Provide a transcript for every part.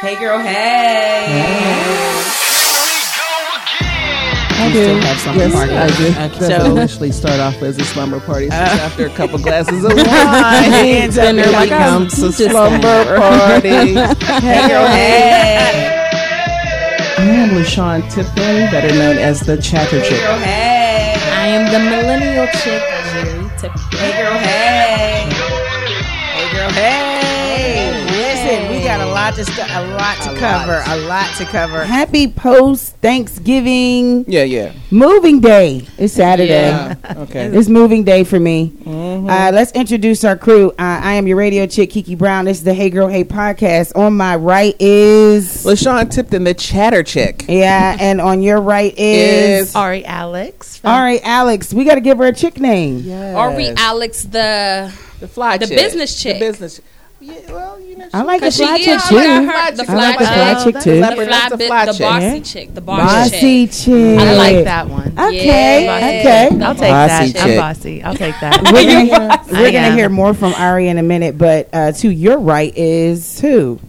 Hey, girl, hey. I You still have some yes, party. I do. Okay. That So- initially start off as a slumber party. So after a couple glasses of wine, then everybody there becomes a slumber party. Hey, girl, hey. I am LaShawn Tiffany, better known as the Chatter Hey, Chick. girl, hey. I am the millennial chick, Jerry Tiffany. Hey, girl, hey. Hey, girl, hey. Listen, we got a lot to stu- a lot to cover, a lot to cover. Happy post Thanksgiving Yeah, yeah. moving day. It's Saturday. Okay. It's moving day for me. Uh, let's introduce our crew. Uh, I am your radio chick, Kiki Brown. This is the Hey Girl Hey podcast. On my right is LaShawn Tipton, the Chatter Chick. yeah, and on your right is, Is- Ari Alex. all right, Alex. We got to give her a chick name. Are we Alex the the fly the chick. business chick? The business. Yeah, well, you know, I like the Cause she fly is. chick I too. got her. The I I fly like the fly chick. chick too. The fly That's the bit. fly The chick. bossy chick. The bossy Bossy chick. chick. I like that one. Okay, Yeah. okay. I'll take Bossy that. I'm chick. bossy. I'll take that. We're gonna, hear, we're I gonna am. hear more from Ari in a minute, but uh, to your right is who?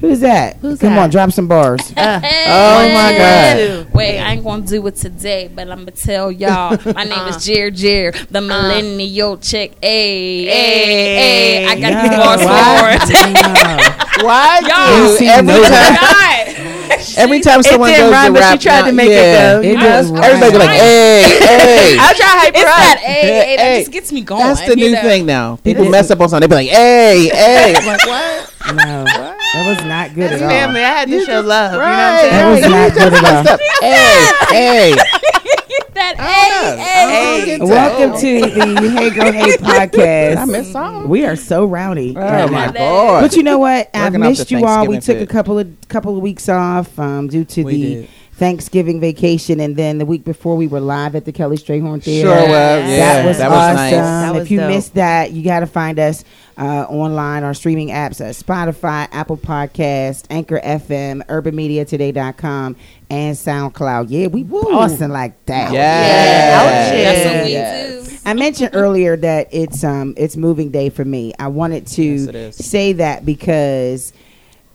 Who's that? Who's Come that? on, drop some bars. Hey. Oh my God. Wait, I ain't gonna do it today, but I'm gonna tell y'all. My name is Jer Jer, the millennial chick. Hey, hey, hey! I got the bars why? for it. Why Y'all. do every time, every time someone didn't goes rhyme, to but she rap, tried to not- make it yeah. go. It I does Everybody be like, Right. hey, hey. I'll try to hype It's her that up. hey, hey, that Hey. just gets me going. That's the you new know? thing now. People is. mess up on something. They be like, hey, hey. I'm like, what? No, that was not good at all. Family, I had to show love. Right. That was not good at all. hey, hey. That hey, hey. Welcome Oh, to the Hey Girl Hey I podcast. missed something. We are so rowdy. Oh right my now. god. But you know what? I Working off missed the you all. We Thanksgiving took a food. couple of couple of weeks off um, due to We the did. Thanksgiving vacation, and then the week before we were live at the Kelly Strayhorn Theater. Sure was. That Yeah, that was awesome. That was if you dope. missed that, you got to find us uh, online, our streaming apps at Spotify, Apple Podcast, Anchor FM, UrbanMediaToday.com, and SoundCloud. Yeah, we awesome like that. oh, Yes. Yeah. That's what we do. I mentioned earlier that it's um it's moving day for me. I wanted to Yes, it is. say that because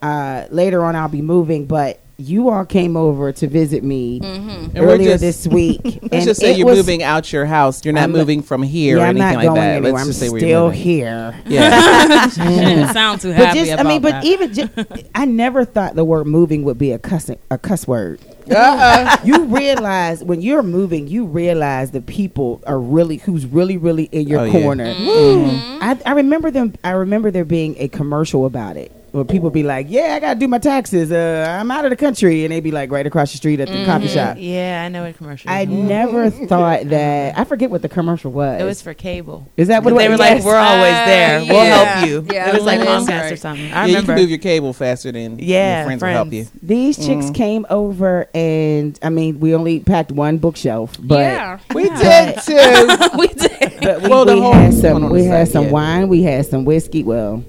uh, later on I'll be moving, but you all came over to visit me Mm-hmm. And we're earlier just- this week. Let's and just say it you're was- moving out your house. You're not I'm- moving from here Yeah, or I'm anything not like going that. anywhere. Let's I'm just say still we're here. Yeah. Shouldn't sound too But happy just, I about mean, but that. even just, I never thought the word moving would be a cuss a cuss word. Uh-uh. You realize when you're moving, you realize the people are really who's really really in your Oh, yeah. corner. Mm-hmm. Mm-hmm. I, I remember them. I remember there being a commercial about it where people be like, "Yeah, I gotta do my taxes. Uh, I'm out of the country," and they be like right across the street at the coffee Mm-hmm. shop. Yeah, I know what commercial. I never Mm-hmm. thought that. I forget what the commercial was. it was for cable. Is that what They it were was? like, Yes. "We're always there. Uh, We'll yeah. help you." Yeah, it was like that's Comcast or right. something. I Yeah, you remember. can move your cable faster than Yeah, your friends, will help you. friends. These chicks came over, and I mean, we only packed one bookshelf, but yeah, We tend to. we did. but we, Well, the we whole- had one some on we the had side, some yeah. wine, we had some whiskey. Well,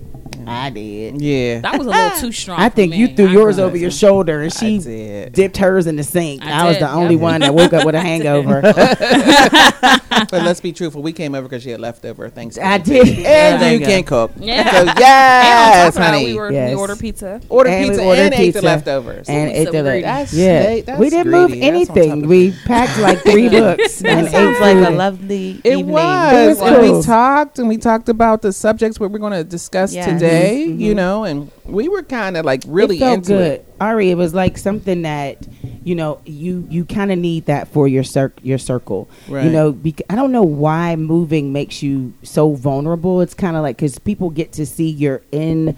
I did. Yeah. That was a little too strong. I for think you me. threw I yours couldn't. over your shoulder, and she did. dipped hers in the sink. I, I was did, the only yep. one that woke up with a hangover. But let's be truthful. We came over because she had leftover things. Uh, I did. And There you you can't cook. Yeah. So, And on top yes, of that, honey. We, were, Yes. we ordered pizza. Order And we pizza ordered and ate the pizza. leftovers. and we so ate the greedy. left. That's- Yeah, they- that's we didn't move greedy. That's on top anything. of We packed like three books and It ate sounds like a food. lovely It evening. was. It was and cool. we talked and we talked about the subjects what we're going to discuss Yes. today, you know, and we were kind of like really Mm-hmm. it felt into good. it. Ari, it was like something that you know you you kind of need that for your cir- your circle. Right. You know, bec- I don't know why moving makes you so vulnerable. It's kind of like because people get to see your in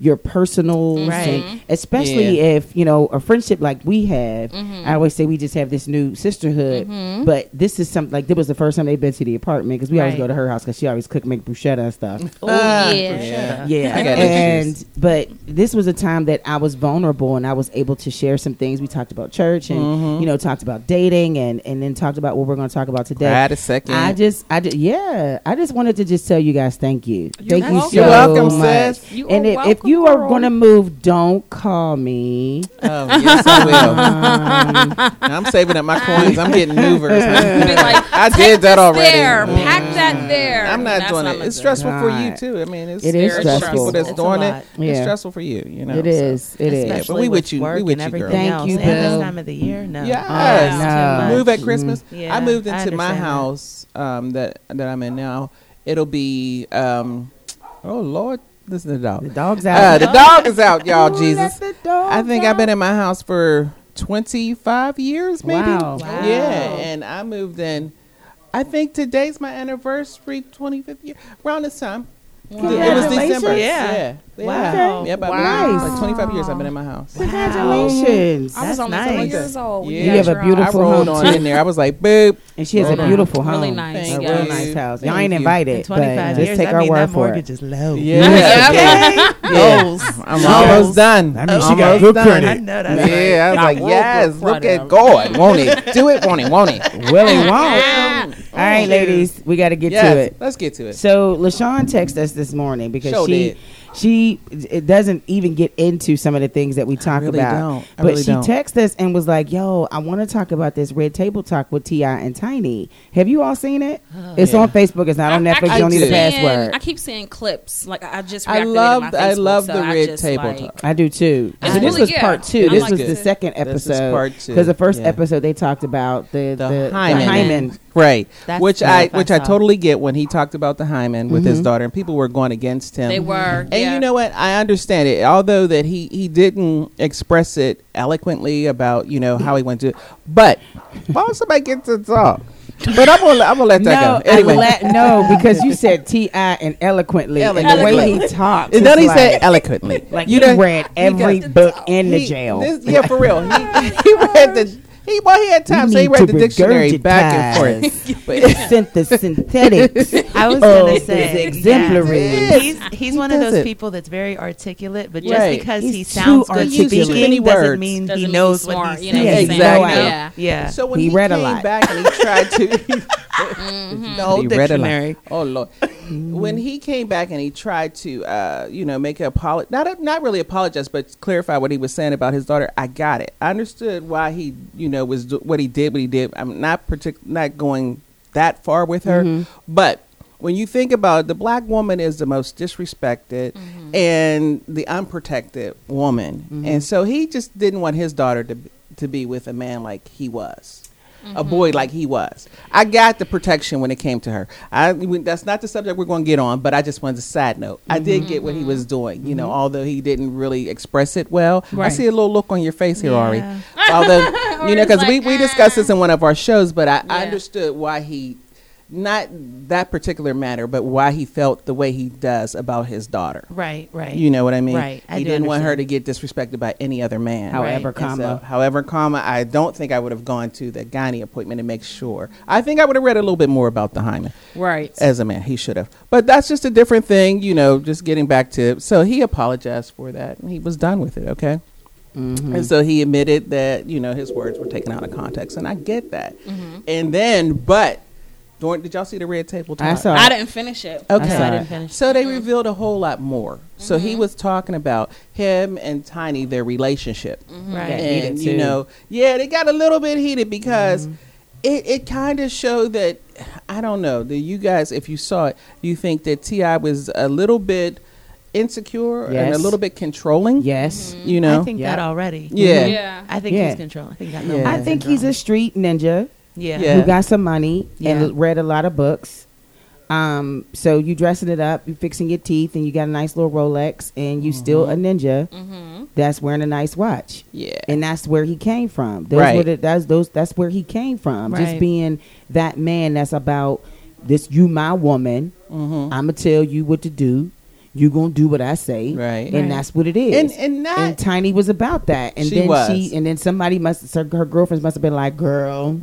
your personals, Right. Mm-hmm. and especially Yeah. if you know a friendship like we have. Mm-hmm. I always say we just have this new sisterhood, but this is something like this was the first time they've been to the apartment because we always Right. go to her house because she always cook make bruschetta and stuff. Oh Ah, yeah. Yeah, I got and issues. but this was a time that I was vulnerable and I was able to share some things. We talked about church and Mm-hmm. you know talked about dating and and then talked about what we're going to talk about today. Right a second. I just, I just, yeah, I just wanted to just tell you guys thank you, thank you welcome. so You're welcome, much. sis. You and are if, if You are going to move. Don't call me. Uh, Oh, yes, I will. I'm saving up my coins. I'm getting movers. Be like, I did "Take that this already. Mm. Mm-hmm. There, pack that there. I'm not That's doing what it. I'ma It's do. stressful for you Right. too. I mean, it's It there's is some stressful. People that's It's a doing lot. it. It's Yeah. stressful for you. You know, It so. is. It Yeah, is. but Especially we with you. We Work with and you, girl. everything Thank else. you, and this Bill. time of the year, no. Yes. Oh, no. It's too Move much. at Christmas. Mm-hmm. Yeah, I moved I into my understand that. house um, that that I'm in now. It'll be um, oh Lord, listen to the dog. The dog's Uh, out. the dog is out, y'all. Ooh, Jesus. let the dog I think I've been in my house for 25 years, maybe. Wow. Wow. Yeah, and I moved in. I think today's my anniversary, 25th year, around this time. It was December. Congratulations. Yeah. Yeah. yeah. Wow. Yep, I've been Wow. in- like 25 years I've been in my house. Congratulations. I was That's almost nice. 20 years old. when oh, Yeah. You have got a your own. I beautiful rolled home, on too. in there. I was like, boop. And she has a Roll on. beautiful home. Really nice. Thank A you. real nice house. Y'all Thank ain't you. In invited. but 25 just years, take I our mean, word that for mortgage it. is low. Yeah. Goals. I'm almost done. That means she Almost got good done. credit. I know that's right. Yeah, I was like, yes, look at God. Won't it? Do it, won't it, won't it? Will and won't. All right, ladies, we got to get to Yes, it. let's get to it. So LaShawn texted us this morning because Sure she did. she it doesn't even get into some of the things that we talk really about. don't. I but really she don't. texted us and was like, "Yo, I want to talk about this Red Table Talk with Ti and Tiny. Have you all seen it? it's Yeah. on Facebook. It's not on I- I Netflix. keep you don't need a do. seeing- password. I keep seeing clips. Like I I just I reacted love, to it on my I Facebook, love so the I red just, table like, talk. I do too. It's So this really was good. part two. I this like was it. the second This is episode. part two. Because the first Yeah. episode they talked about the the, the, the hymen. hymen. Right. That's which the I stuff I which I saw. totally get when he talked about the hymen with Mm-hmm. his daughter and people were going against him. They were. And you know what? I understand it. Although that he he didn't express it eloquently about, you know, how he went to but why would somebody get to talk? But I'm gonna I'm gonna let No, that go. Anyway. I la- no, because you said Ti and eloquently, and the way Eloquently. he talks. and then it's he like, said eloquently. like you you know, read every book in the he- jail. this- yeah, for real. He, he read the he well he had time, so he need read to the dictionary back and forth. But- Synth- the synthetics. I was Oh, gonna it's say exemplary. yeah. Yes, He's he's he one of does those it. people that's very articulate, but Right. just because he He's too sounds good articulate. speaking Too many words. doesn't mean Doesn't he mean knows he's what smart, he's you know saying. what I'm saying? Exactly. Yeah. Yeah. So when he, He read a came lot. back and he tried to The whole he read a lot. dictionary. Oh lord! when he came back and he tried to, uh, you know, make a apology, not not really apologize, but clarify what he was saying about his daughter. I got it. I understood why he, you know, was do- what he did, what he did. I'm not partic- not going that far with her, but. When you think about it, the black woman is the most disrespected and the unprotected woman, and so he just didn't want his daughter to b- to be with a man like he was a boy like he was. I got the protection when it came to her. I we- that's not the subject we're going to get on, but I just wanted to side note. I did get what he Mm-hmm. was doing, you know, although he didn't really express it well. I Right. see a little look on your face here, Ari. Yeah. Although you know, Ari's because we like, "Ah." we discussed this in one of our shows, but I, I Yeah. understood why he. Not that particular matter, but why he felt the way he does about his daughter. Right, right. You know what I mean? Right. I he do didn't want her to understand. get disrespected by any other man. However, And comma. however, comma. I don't think I would have gone to the Ghani appointment to make sure. I think I would have read a little bit more about the hymen. Right. As a man, he should have. But that's just a different thing, you know, just getting back to. So he apologized for that and he was done with it, okay? And so he admitted that, you know, his words were taken out of context. And I get that. And then, but, during, did y'all see the red table talk? I saw. I it. didn't finish it. Okay. I didn't finish. So they revealed a whole lot more. So he was talking about him and Tiny, their relationship. Right. That And, heated you too. Mm-hmm. know, yeah, they got a little bit heated because it, it kind of showed that, I don't know, do you guys, if you saw it, you think that T.I. was a little bit insecure and a Yes. little bit controlling? Yes. You know? I think Yeah. that already. yeah. Yeah. I think Yeah. he's controlling. I think that Yeah. I think he's a street ninja yeah. Yeah. who got some money Yeah. and read a lot of books. Um, so you dressing it up, you fixing your teeth, and you got a nice little Rolex, and you still a Mm-hmm. ninja that's wearing a nice watch. Yeah. and that's where he came from. Those Right. were the, that's those that's where he came from. Just Right. being that man that's about this you my woman. Mm-hmm. Mm. I'ma tell you what to do. You gonna do what I say. Right. And Right. that's what it is. And- and not- Tiny was about that. And She then was. she and then somebody must her, her girlfriends must have been like, Girl.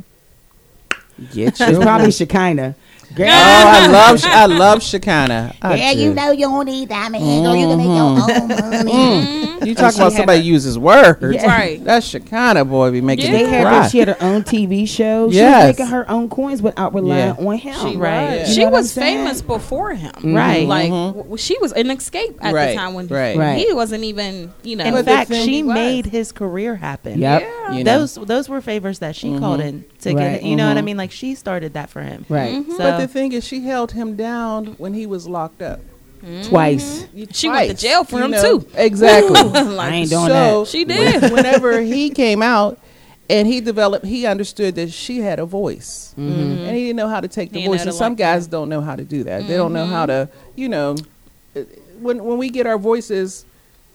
Get It's your probably Shekinah. Girl, Oh, I love I love Shekinah. I girl, you do. know you don't need diamond hands, or you can make your own money. You talk about somebody uses words. Yeah. Right. That's Shekinah boy be making They me had cry. her, she had her own TV show. She Yes. was making her own coins without relying Yeah. on him. Mm-hmm. She Right. was. You she know what was I'm saying? famous before him. Right. Like w- she was an escape at Mm-hmm. Right, the time when right. Right. he wasn't even, you know. In But the fact, thing she was- made his career happen. Yep. You know? Those those were favors that she called in to Mm-hmm. Right. get. You know what I Mhm. mean? Like she started that for him. Right. So But the thing is, she held him down when he was locked up. Mm-hmm. Twice. She went to Twice, jail for you him, know? too. Exactly. I like, ain't doing so that. She did. when- whenever he came out and he developed, he understood that she had a voice, Mm-hmm. and he didn't know how to take the Mm-hmm. He voice. And know to some like Mm-hmm. guys don't know how to do that. They don't know how to, you know, uh, when when we get our voices,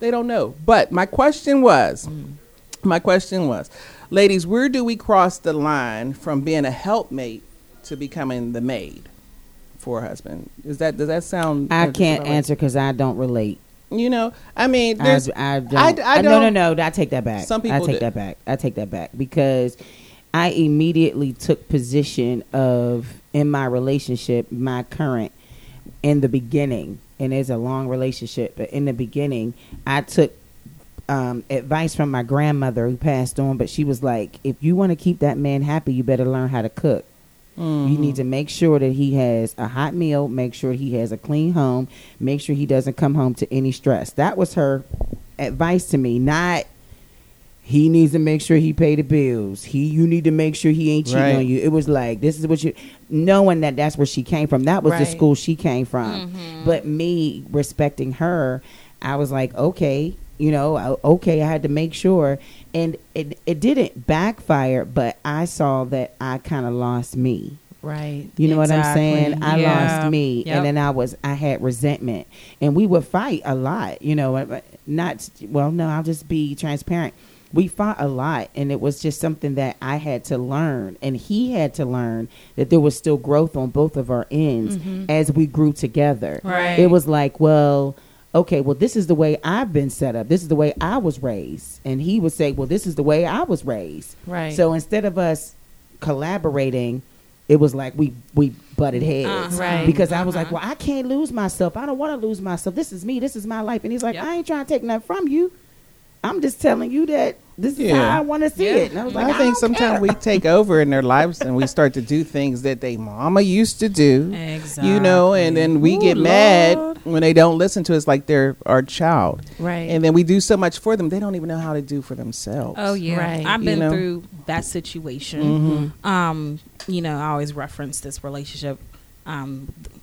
they don't know. But my question was, Mm. my question was, ladies, where do we cross the line from being a helpmate to becoming the maid? For a husband, is that does that sound? I that's can't about right? answer because I don't relate. You know, I mean, I, there's I don't. I- I uh, No, don't- no, no. I take that back. Some I people take do. that back. I take that back because I immediately took position of in my relationship, my current in the beginning, and it's a long relationship. But in the beginning, I took um, advice from my grandmother who passed on, but she was like, if you want to keep that man happy, you better learn how to cook. You need to make sure that he has a hot meal, make sure he has a clean home, make sure he doesn't come home to any stress. That was her advice to me, not he needs to make sure he pay the bills. He you need to make sure he ain't cheating Right. on you. It was like this is what you knowing that that's where she came from. That was the Right. school she came from. But me respecting her, I was like, okay, you know, I- okay, I had to make sure and it it didn't backfire, but I saw that I kind of lost me. right. You know Exactly. what I'm saying? I Yeah. lost me, Yep. and then I was I had resentment, and we would fight a lot. You know, I- I- not well. No, I'll just be transparent. We fought a lot, and it was just something that I had to learn, and he had to learn that there was still growth on both of our ends as we grew together. Mm-hmm. Right. It was like, well, okay, well, this is the way I've been set up. This is the way I was raised, and he would say, well, this is the way I was raised. Right. So instead of us collaborating, it was like we we butted heads Uh-huh. Right. because I was like, well, I can't lose myself. I don't want to lose myself. This is me. This is my life. And he's like, Yep. I ain't trying to take nothing from you. I'm just telling you that this is Yeah. how I want to see Yeah. it. And I was like, I think sometimes we take over in their lives and we start to do things that they mama used to do. Exactly. You know, and then we Ooh, get mad Lord. when they don't listen to us like they're our child. Right. And then we do so much for them, they don't even know how to do for themselves. Oh yeah, Right. I've You been know? Mm-hmm. through that situation. Um, you know, I always reference this relationship. Um, th-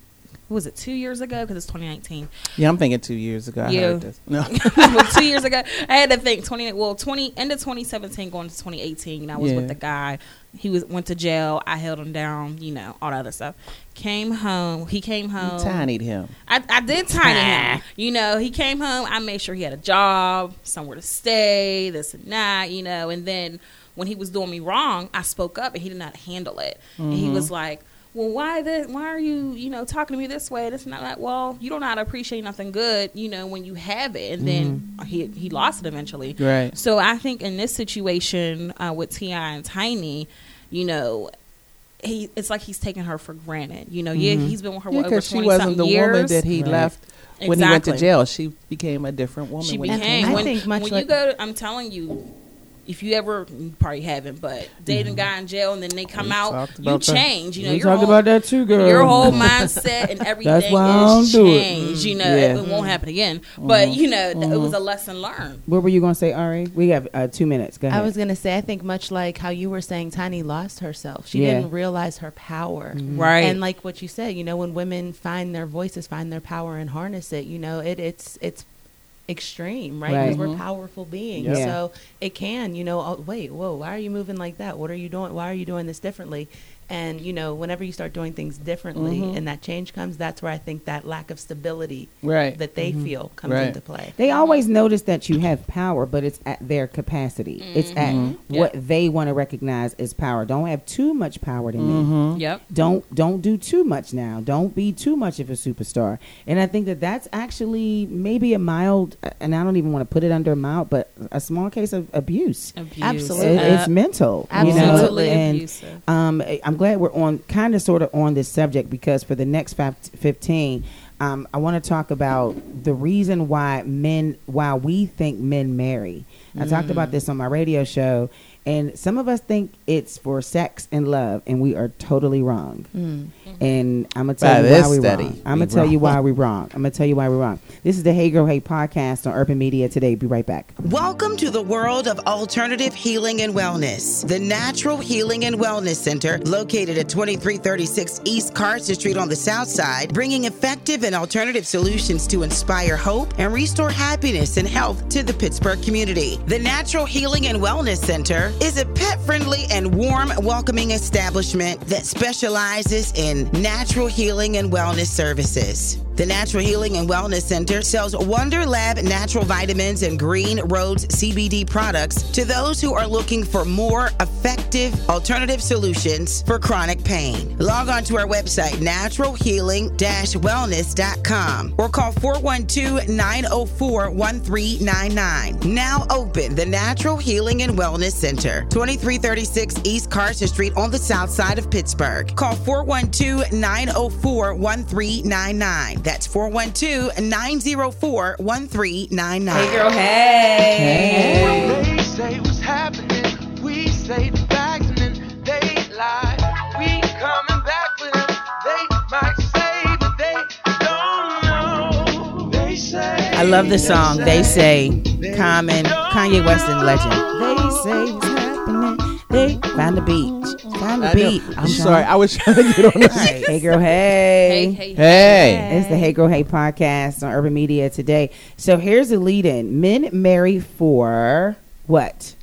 what was it two years ago? Because it's 2019. Yeah, I'm thinking two years ago I Yeah. heard this. No. Well, two years ago, I had to think 20. Well, 20 end of 2017, going to 2018. And I was Yeah. with the guy. He was went to jail. I held him down. You know, all that other stuff. Came home. He came home. Tinied him. I, I did tiny him. You know, he came home. I made sure he had a job, somewhere to stay, this and that. You know, and then when he was doing me wrong, I spoke up, and he did not handle it. And he was like, "Well, why this? Why are you, you know, talking to me this way? This and that." Like, well, you don't know how to appreciate nothing good, you know, when you have it. And then he he lost it eventually. Right. So I think in this situation uh, with Ti and Tiny, you know. He, it's like he's taking her for granted, you know. Yeah, he's been with her Mm-hmm. Yeah, what, over because she twenty wasn't the something years. woman that he Right. left when he went to Exactly. jail. She became a different woman. She when he became. I when, think much when like- you go, to- I'm telling you, if you ever you probably haven't, but dating a guy in jail and then they Mm-hmm. come We out, talked you about that. change. You know, we your talked whole, about that too, girl. Your whole mindset and everything That's why I is don't do it. changed. You know, Yeah. Mm-hmm. it, won't happen again. But you know, th- it was a lesson learned. What were you gonna say, Ari? We have uh, two minutes. Go ahead. I was gonna say, I think much like how you were saying, Tiny lost herself. She Yeah. didn't realize her power, Mm-hmm. Right. And like what you said, you know, when women find their voices, find their power, and harness it, you know, it it's it's extreme, right? Because Right. we're powerful beings, Yeah. so it can, you know, oh, wait, whoa, why are you moving like that? What are you doing? Why are you doing this differently? And you know, whenever you start doing things differently, and that change comes, that's where I think that lack of stability Right. that they feel comes Right. into play. They always notice that you have power, but it's at their capacity. It's at what they want to recognize as power. Don't have too much power to me. Yep. Don't don't do too much now. Don't be too much of a superstar. And I think that that's actually maybe a mild, and I don't even want to put it under mild, but a small case of abuse. Abuse. It- Absolutely. it's mental. you know, Absolutely and, abusive. um, I- I'm glad we're on kind of sort of on this subject because for the next fif- 15, um, I want to talk about the reason why men, why we think men marry. I talked Mm. about this on my radio show, and some of us think it's for sex and love, and we are totally wrong. Mm. And I'm gonna tell By you this why we're study, wrong. I'm we gonna tell wrong. you why we're wrong. I'm gonna tell you why we're wrong. This is the Hey Girl Hey podcast on Urban Media today. Be right back. Welcome to the world of alternative healing and wellness. The Natural Healing and Wellness Center, located at 2336 East Carson Street on the South Side, bringing effective and alternative solutions to inspire hope and restore happiness and health to the Pittsburgh community. The Natural Healing and Wellness Center is a pet friendly and warm, welcoming establishment that specializes in natural healing and wellness services. The Natural Healing and Wellness Center sells Wonder Lab natural vitamins and Green Roads CBD products to those who are looking for more effective alternative solutions for chronic pain. Log on to our website, naturalhealing-wellness.com, or call 412-904-1399. Now open the Natural Healing and Wellness Center, 2336 East Carson Street on the south side of Pittsburgh. Call 412-904-1399. That's 412-904-1399. Hey, girl, hey. They say what's happening. We say the facts and then they lie. We coming back with them. They might say, but they don't know. They say. I love the song. They say Common, Kanye West and Legend. They say what's happening. They find the beach. Find the I know. beach. I'm sorry. I was trying to get on this. Hey Girl Hey. Hey, hey, Hey. It's the Hey Girl Hey podcast on Urban Media today. So here's the lead in. Men marry for what?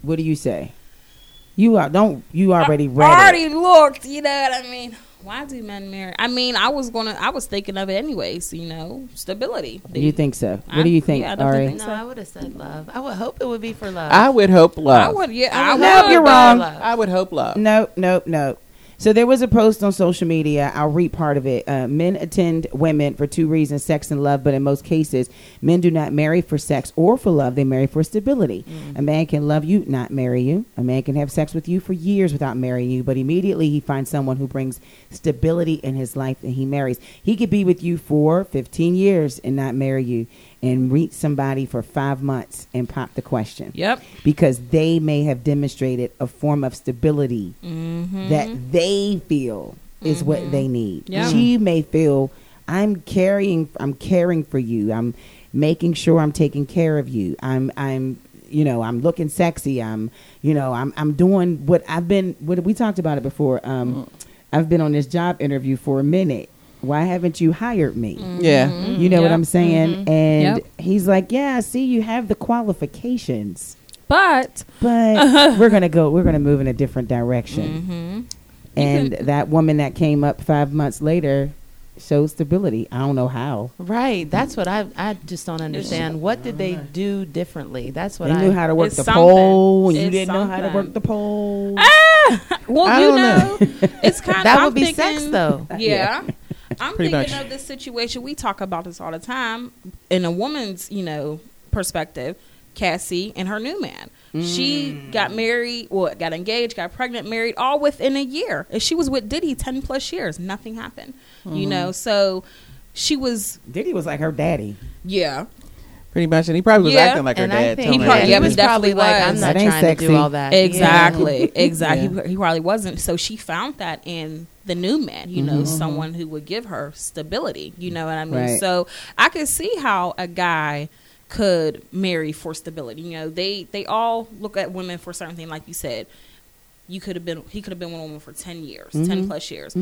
What do you say? You are don't you already read I it. already looked. You know what I mean? Why do men marry? I mean, I was gonna, I was thinking of it anyways. You know, stability. You think so? What I- do you think, yeah, I don't Ari? think No, I would have said love. I would hope it would be for love. I would hope love. I would, yeah, I, I would No, would. you're but wrong. love. I would hope love. Nope, nope, nope. So there was a post on social media. I'll read part of it. Uh, men attend women for two reasons: sex and love. But in most cases, men do not marry for sex or for love. They marry for stability. A man can love you, not marry you. A man can have sex with you for years without marrying you, but immediately he finds someone who brings stability in his life and he marries. He could be with you for 15 years and not marry you, and meet somebody for five months and pop the question Yep. because they may have demonstrated a form of stability that they feel is what they need. Mm-hmm. Yeah. She may feel I'm carrying I'm caring for you. I'm making sure I'm taking care of you. I'm I'm you know, I'm looking sexy. I'm you know, I'm I'm doing what I've been what we talked about it before. Um Mm-hmm. I've been on this job interview for a minute. Why haven't you hired me? Yeah. You know what Mm-hmm. Yep. Mm-hmm. I'm saying? And Yep. he's like, "Yeah, I see you have the qualifications." But but we're gonna go we're gonna move in a different direction Mm-hmm. and that woman that came up five months later shows stability i don't know how right. That's what I. I just don't understand. What did they do differently? That's what they I knew how to work It's the something. pole and you It's didn't know how to something. work the pole well, I you don't know, it's kind of That I'm would be thinking, sex, though. Yeah. I'm Pretty thinking much. of this situation. We talk about this all the time in a woman's, you know, perspective. Cassie and her new man. She Mm. got married, well, got engaged, got pregnant, married, all within a year. And she was with Diddy ten plus years. Nothing happened. Mm-hmm. You know, so she was, diddy was like her daddy yeah, Pretty much. And he probably was Yeah, acting like her and I dad. think telling He her probably- that. yeah, he was but definitely probably like, was. I'm not That ain't trying to sexy. do all that. Exactly. Exactly. Yeah. He, he probably wasn't. So she found that in the new man, you know, someone who would give her stability. You know what I mean? Right. So I could see how a guy could marry for stability. You know, they they all look at women for certain thing, like you said. You could have been. He could have been with a woman for ten years, ten plus years.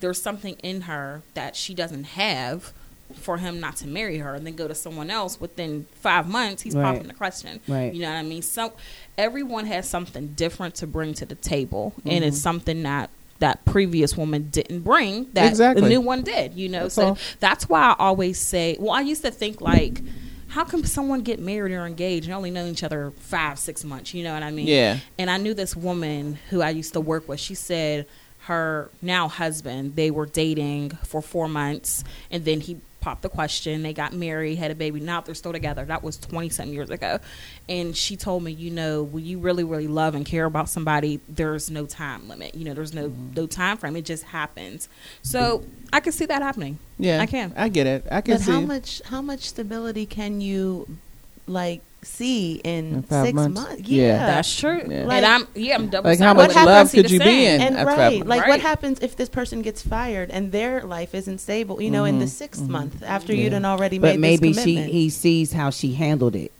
There's something in her that she doesn't have for him not to marry her, and then go to someone else within five months. He's Right. popping the question. Right. You know what I mean? So everyone has something different to bring to the table, and it's something that that previous woman didn't bring that Exactly. the new one did. You know, so all. that's why I always say. Well, I used to think like. How can someone get married or engaged and only know each other five, six months? You know what I mean? Yeah. And I knew this woman who I used to work with. She said her now husband, they were dating for four months and then he popped the question. They got married, had a baby. Now they're still together. That was 20 something years ago. And she told me, you know, when you really, really love and care about somebody, there's no time limit. You know, there's no, Mm-hmm. no time frame. It just happens. So I can see that happening. Yeah, I can. I get it. I can But see. how much how much stability can you like see in, In five six months? months? Yeah. Yeah. That's true. Yeah. and I'm, yeah, I'm double like how sided much with it. I love see could the you be same. in? and I right, probably- like Right. what happens if this person gets fired and their life isn't stable? You know, in the 6th month after Yeah. you'd done already Mm-hmm. But made maybe this she commitment. he sees how she handled it.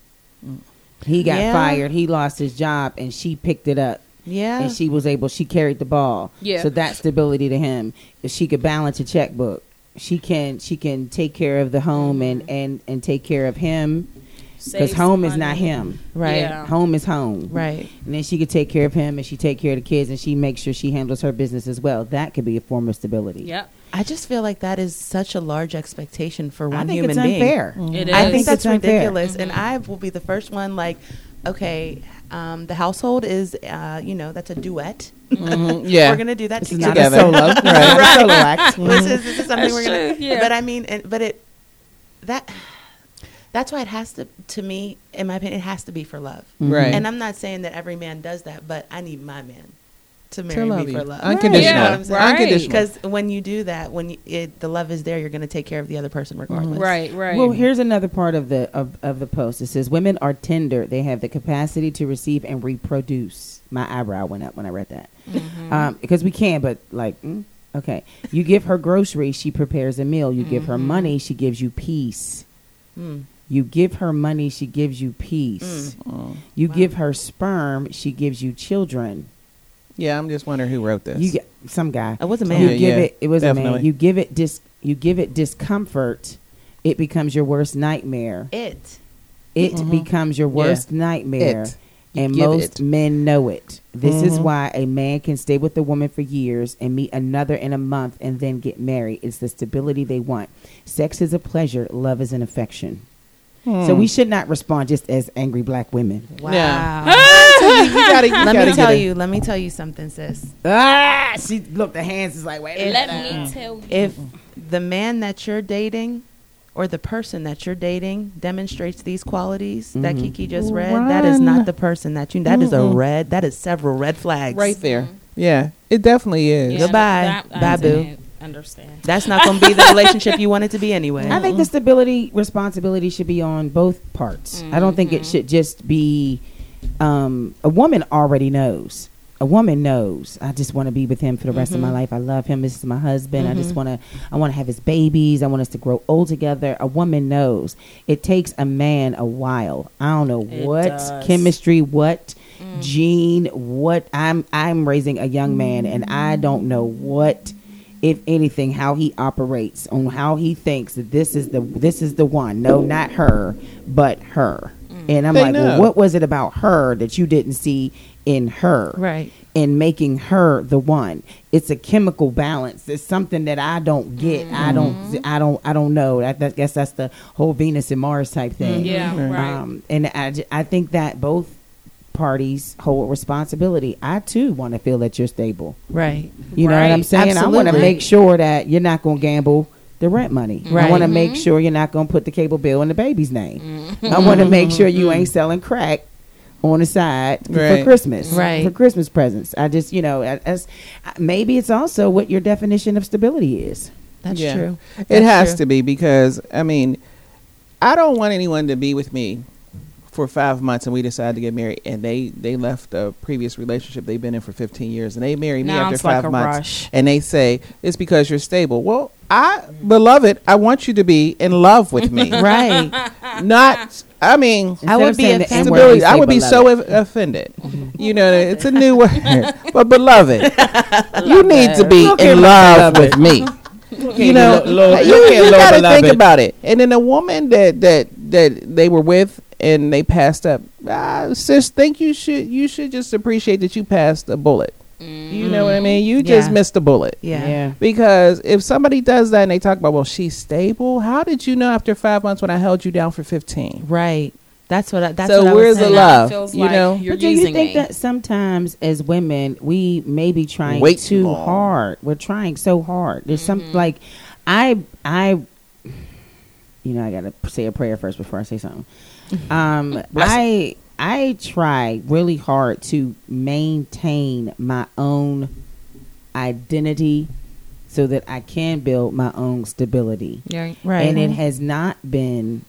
Mm. He got Yeah. fired. He lost his job, and she picked it up. yeah, And she was able. She carried the ball. Uh. Yeah. So that's stability to him. If she could balance a checkbook, she can. She can take care of the home Mm-hmm. and and and take care of him because Saves home is not money. him. Right. Yeah. Home is home. right. And then she could take care of him, and she take care of the kids, and she makes sure she handles her business as well. That could be a form of stability. Yep. I just feel like that is such a large expectation for one I think human it's being. unfair. Mm-hmm. It is. Mm-hmm. I think It's that's unfair. ridiculous, and I will be the first one. Like, okay, um, the household is, uh, you know, that's a duet. Mhm, Mm-hmm. yeah, We're gonna do that It's together. not a solo. right. Not a solo act. this is this is something That's we're gonna. true, yeah. But I mean, and, but it that that's why it has to to me, in my opinion, it has to be for love. right. And I'm not saying that every man does that, but I need my man to marry love me you. for love. Unconditional. Yeah, You know what I'm right. saying? Because when you do that, when you, it, the love is there, you're going to take care of the other person regardless. Mm-hmm. Right, right. Well, here's another part of the of, of the post. It says women are tender. They have the capacity to receive and reproduce. My eyebrow went up when I read that. Um, because we can, but like, mm, okay. You give her groceries, she prepares a meal. You give her money, she gives you peace. Mm. You give her money, she gives you peace. Mm. You give her sperm, she gives you children. yeah, I'm just wondering who wrote this. You get some guy. I was a You man. give Yeah, yeah, it. It was a man. definitely. You give it dis. You give it discomfort. It becomes your worst nightmare. It. It becomes your worst nightmare. It. And give most it. men know it. This is why a man can stay with a woman for years and meet another in a month and then get married. It's the stability they want. Sex is a pleasure, love is an affection. So Hmm. we should not respond just as angry black women. Wow. you gotta, you Let gotta me tell get a- you. Let me tell you something, sis. Ah, she looked. The hands is like, wait a minute. Let me tell you. If the man that you're dating or the person that you're dating demonstrates these qualities that Mm-hmm. Kiki just read, that is Run. not the person that you. That is a red. That is several red flags. right there. Yeah, it definitely is. Yeah, Goodbye. that- Bye, I boo. understand. Understand. That's not going to be the relationship you want it to be anyway. I think the stability responsibility should be on both parts. I don't think it Mm-hmm. should just be um, a woman already knows. A woman knows. I just want to be with him for the rest Mm-hmm. of my life. I love him. This is my husband. I just want to. I want to have his babies. I want us to grow old together. A woman knows. It takes a man a while. I don't know It what does. chemistry, what gene, what. I'm I'm raising a young man, and I don't know what if anything, how he operates, on how he thinks that this is the this is the one. No, not her, but her. And I'm They like, well, know. what was it about her that you didn't see in her? Right. In making her the one. It's a chemical balance. It's something that I don't get. Mm-hmm. I don't. I don't. I don't know. I, I guess that's the whole Venus and Mars type thing. Mm-hmm. Yeah, right. Um, and I, ju- I think that both parties hold responsibility. I too want to feel that you're stable. Right. You know what I'm Right, saying? I want to absolutely. make sure that you're not going to gamble the rent money. I Right. Mm-hmm. want to make sure you're not going to put the cable bill in the baby's name. I want to make sure you ain't selling crack on the side for Right. Christmas, Mm-hmm. Right. For Christmas presents. I just, you know, I- as I- maybe it's also what your definition of stability is. That's Yeah. true. It has to be because I mean, I don't want anyone to be with me for five months and we decide to get married and they they left a previous relationship they've been in for 15 years and they marry me Now after it's like five a months rush. and they say it's because you're stable well i beloved i want you to be in love with me Right. not i mean Instead would of be saying the offended. N-word, Stability. you I say would be so beloved. Mm-hmm. of- offended. You know, it's a new word, but beloved, you need to be in love with me. You know, you, you got to think about it. And then the woman that that that they were with and they passed up, uh, sis, think you should you should just appreciate that you passed a bullet. You know what Mm-hmm. I mean? You just Yeah. missed a bullet. Yeah. Because if somebody does that and they talk about, well, she's stable. How did you know after five months when I held you down for fifteen? Right. That's what. I, that's So what I where's was the saying. Now it love, feels you like know? you're but do you using think me. that sometimes as women we may be trying Wait too long. Mm-hmm. hard? We're trying so hard. There's some like I I you know, I gotta say a prayer first before I say something. Um, I I try really hard to maintain my own identity so that I can build my own stability. Yeah. Right. And it has not been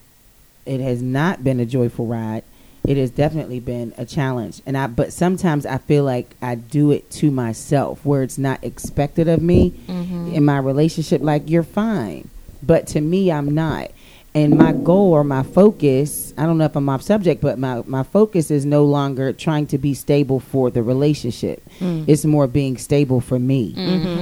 it has not been a joyful ride. It has definitely been a challenge. And I but sometimes I feel like I do it to myself where it's not expected of me in my relationship like you're fine. But to me I'm not. And my goal or my focus, I don't know if I'm off subject, but my, my focus is no longer trying to be stable for the relationship. Mm-hmm. It's more being stable for me.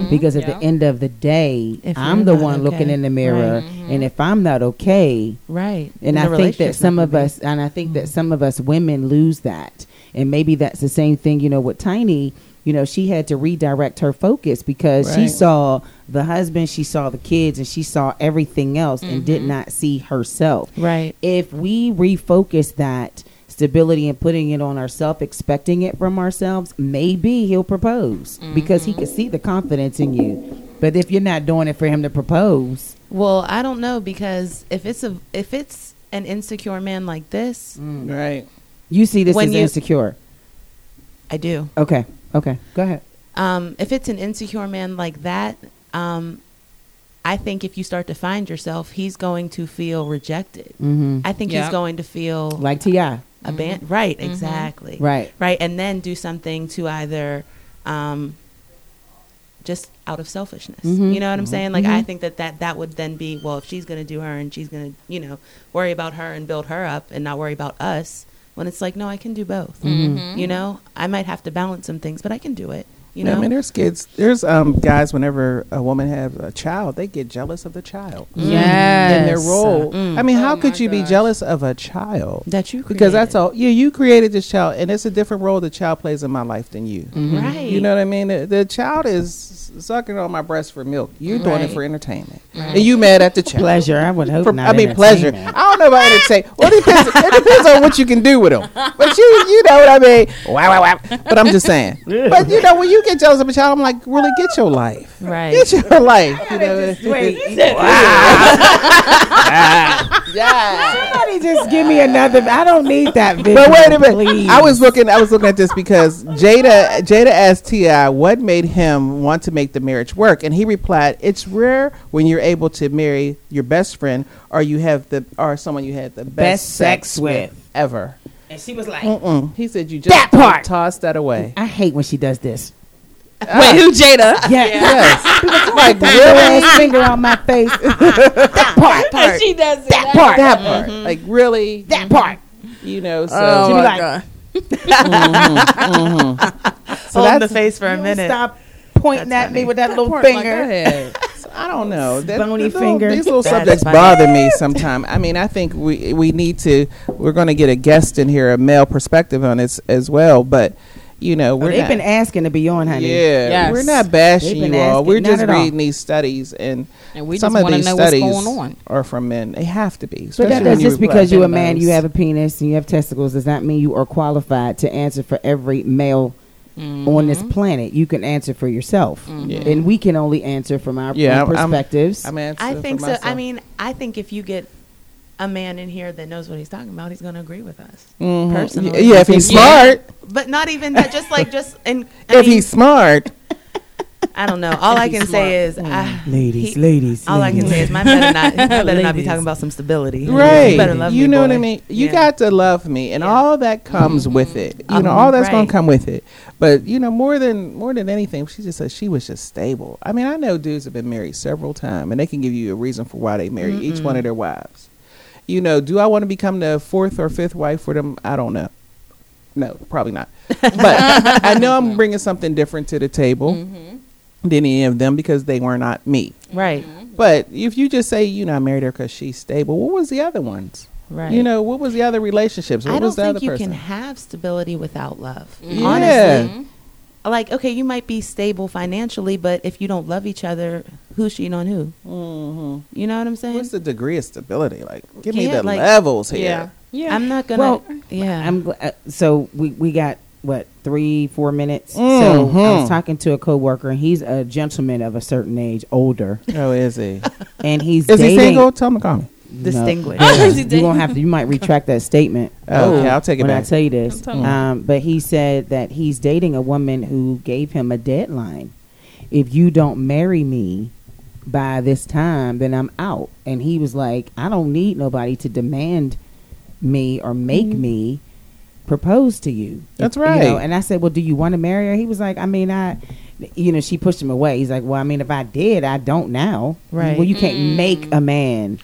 Because at Yeah. the end of the day, If I'm you're the not one looking okay. Mm-hmm. in the mirror. And if I'm not okay, Right. and The I think that relationship's some not of gonna be- us, and I think Mm-hmm. that some of us women lose that. And maybe that's the same thing, you know, with Tiny, you know, she had to redirect her focus because she Right. saw the husband, she saw the kids, and she saw everything else and did Mm-hmm. not see herself. Right. If we refocus that stability and putting it on ourselves, expecting it from ourselves, maybe he'll propose because he Mm-hmm. could see the confidence in you. But if you're not doing it for him to propose, Well, I don't know because if it's a if it's an insecure man like this, Mm. Right. you see this When as you- insecure. I do. Okay. Okay. Go ahead. Um, if it's an insecure man like that, um, I think if you start to find yourself, he's going to feel rejected. Mm-hmm. I think Yep. he's going to feel like Like Ti. abandoned. Right. Exactly. Right. Right. And then do something to either. Um, just out of selfishness, Mhm. you know what I'm saying? Like I think that, that that would then be well, if she's gonna do her and she's gonna you know worry about her and build her up and not worry about us. When it's like, no, I can do both. You know, I might have to balance some things, but I can do it. You Yeah, know, I mean, there's kids. There's um guys. Whenever a woman has a child, they get jealous of the child Mm. Yes. in their role. I mean, how Oh my could you gosh. be jealous of a child? that you because that's created. all. Yeah, you created this child, and it's a different role the child plays in my life than you. Mm-hmm. right. You know what I mean? The, the child is sucking on my breast for milk. You're doing it Right. for entertainment, and you mad at the child. Pleasure. I would hope For- not. I mean, pleasure. I entertainment. don't know about entertainment. Well, it depends. it depends on what you can do with them. But you, you know what I mean. Wow, wow, wow. But I'm just saying. But you know, when you get jealous of a child, I'm like, really, get your life. Right. Get your life. You know. Somebody just give me another. I don't need that video. But wait a minute. Please. I was looking. I was looking at this because Jada Jada asked Ti what made him want to make the marriage work, and he replied, "It's rare when you're able to marry your best friend or you have the or someone you had the best, Best sex with. ever." And she was like, Mm-mm. He said, "You just That part. tossed that away." I hate when she does this. Wait, who Jada? Yeah. yes, like Your really. ass finger on my face. that part. Part, She does it. That part. that part, Mm-hmm. like really, That part. you know. So, Oh She be my like, god. so Hold the that's- face for a Don't minute. stop pointing That's at me funny. with that, little part, like, go finger. ahead. So, I don't know. That, Bony these finger. Little, these little That's subjects funny. bother me sometimes. I mean, I think we we need to. We're going to get a guest in here, a male perspective on this as well. But you know, Oh, we're they've not. been asking to be on, yeah, honey. we're Yes. not They've bashing been you all. asking- We're not just at all. reading these studies, and, And we some just of want to these know what's studies going on. are from men. They have to be. But that especially does when you just reply because to you're a man, you those. have a penis, and you have testicles, does not mean you are qualified to answer for every male on Mm-hmm. this planet. You can answer for yourself, Yeah. and we can only answer from our Mm-hmm. Yeah, own I'm- I'm- perspectives. I'm answering I for think so. I myself. mean, I think if you get a man in here that knows what he's talking about, he's going to agree with us Mm-hmm. Mhm. personally. yeah, if he's smart, But not even that. Just like just and I if mean, he's smart, I don't know. All I can say is, Mm. ah, ladies, he- ladies. All I can say is, my better not, my better not be Ladies. talking about some stability. right You better love you me, know what i boy. mean you Yeah. got to love me and Yeah. Mm-hmm. Um, all that comes with it you know all that's gonna Right. come with it but you know more than more than anything she just said she was just stable i mean i know dudes have been married several times and they can give you a reason for why they married each one of their wives you know do i want to become the fourth or fifth wife for them i don't know no probably not but i know i'm bringing something different to the table Mm-hmm. than any of them because they were not me right, but if you just say you know I married her because she's stable, what was the other ones? right. You know, what was the other relationships? What I don't was the think other you person? Mm-hmm. can have stability without love. yeah. Like, okay, you might be stable financially, but if you don't love each other, who's cheating on who? You know what I'm saying? Mm-hmm. What's the degree of stability? Like, give me Yeah, the like- levels here. Yeah. Yeah. I'm not gonna. Well, yeah, I'm gl- uh, so we we got what three four minutes. So I Mm-hmm. was talking to a coworker, and he's a gentleman of a certain age, older, Oh, is he? and he's Is dating. he single? Tell him to call me. distinguished. Yeah. Yes, he did. you won't have to. You might retract that statement. uh, Oh, Okay, I'll take it when back. I tell you this, I'm talking- um, but he said that he's dating a woman who gave him a deadline. If you don't marry me by this time, then I'm out. And he was like, I don't need nobody to demand me or make me propose to you. That's You know, right. and I said, Well, do you want to marry her? He was like, I mean, I. You know, she pushed him away. He's like, "Well, I mean, if I did, I don't now. Right. Well, you can't make a man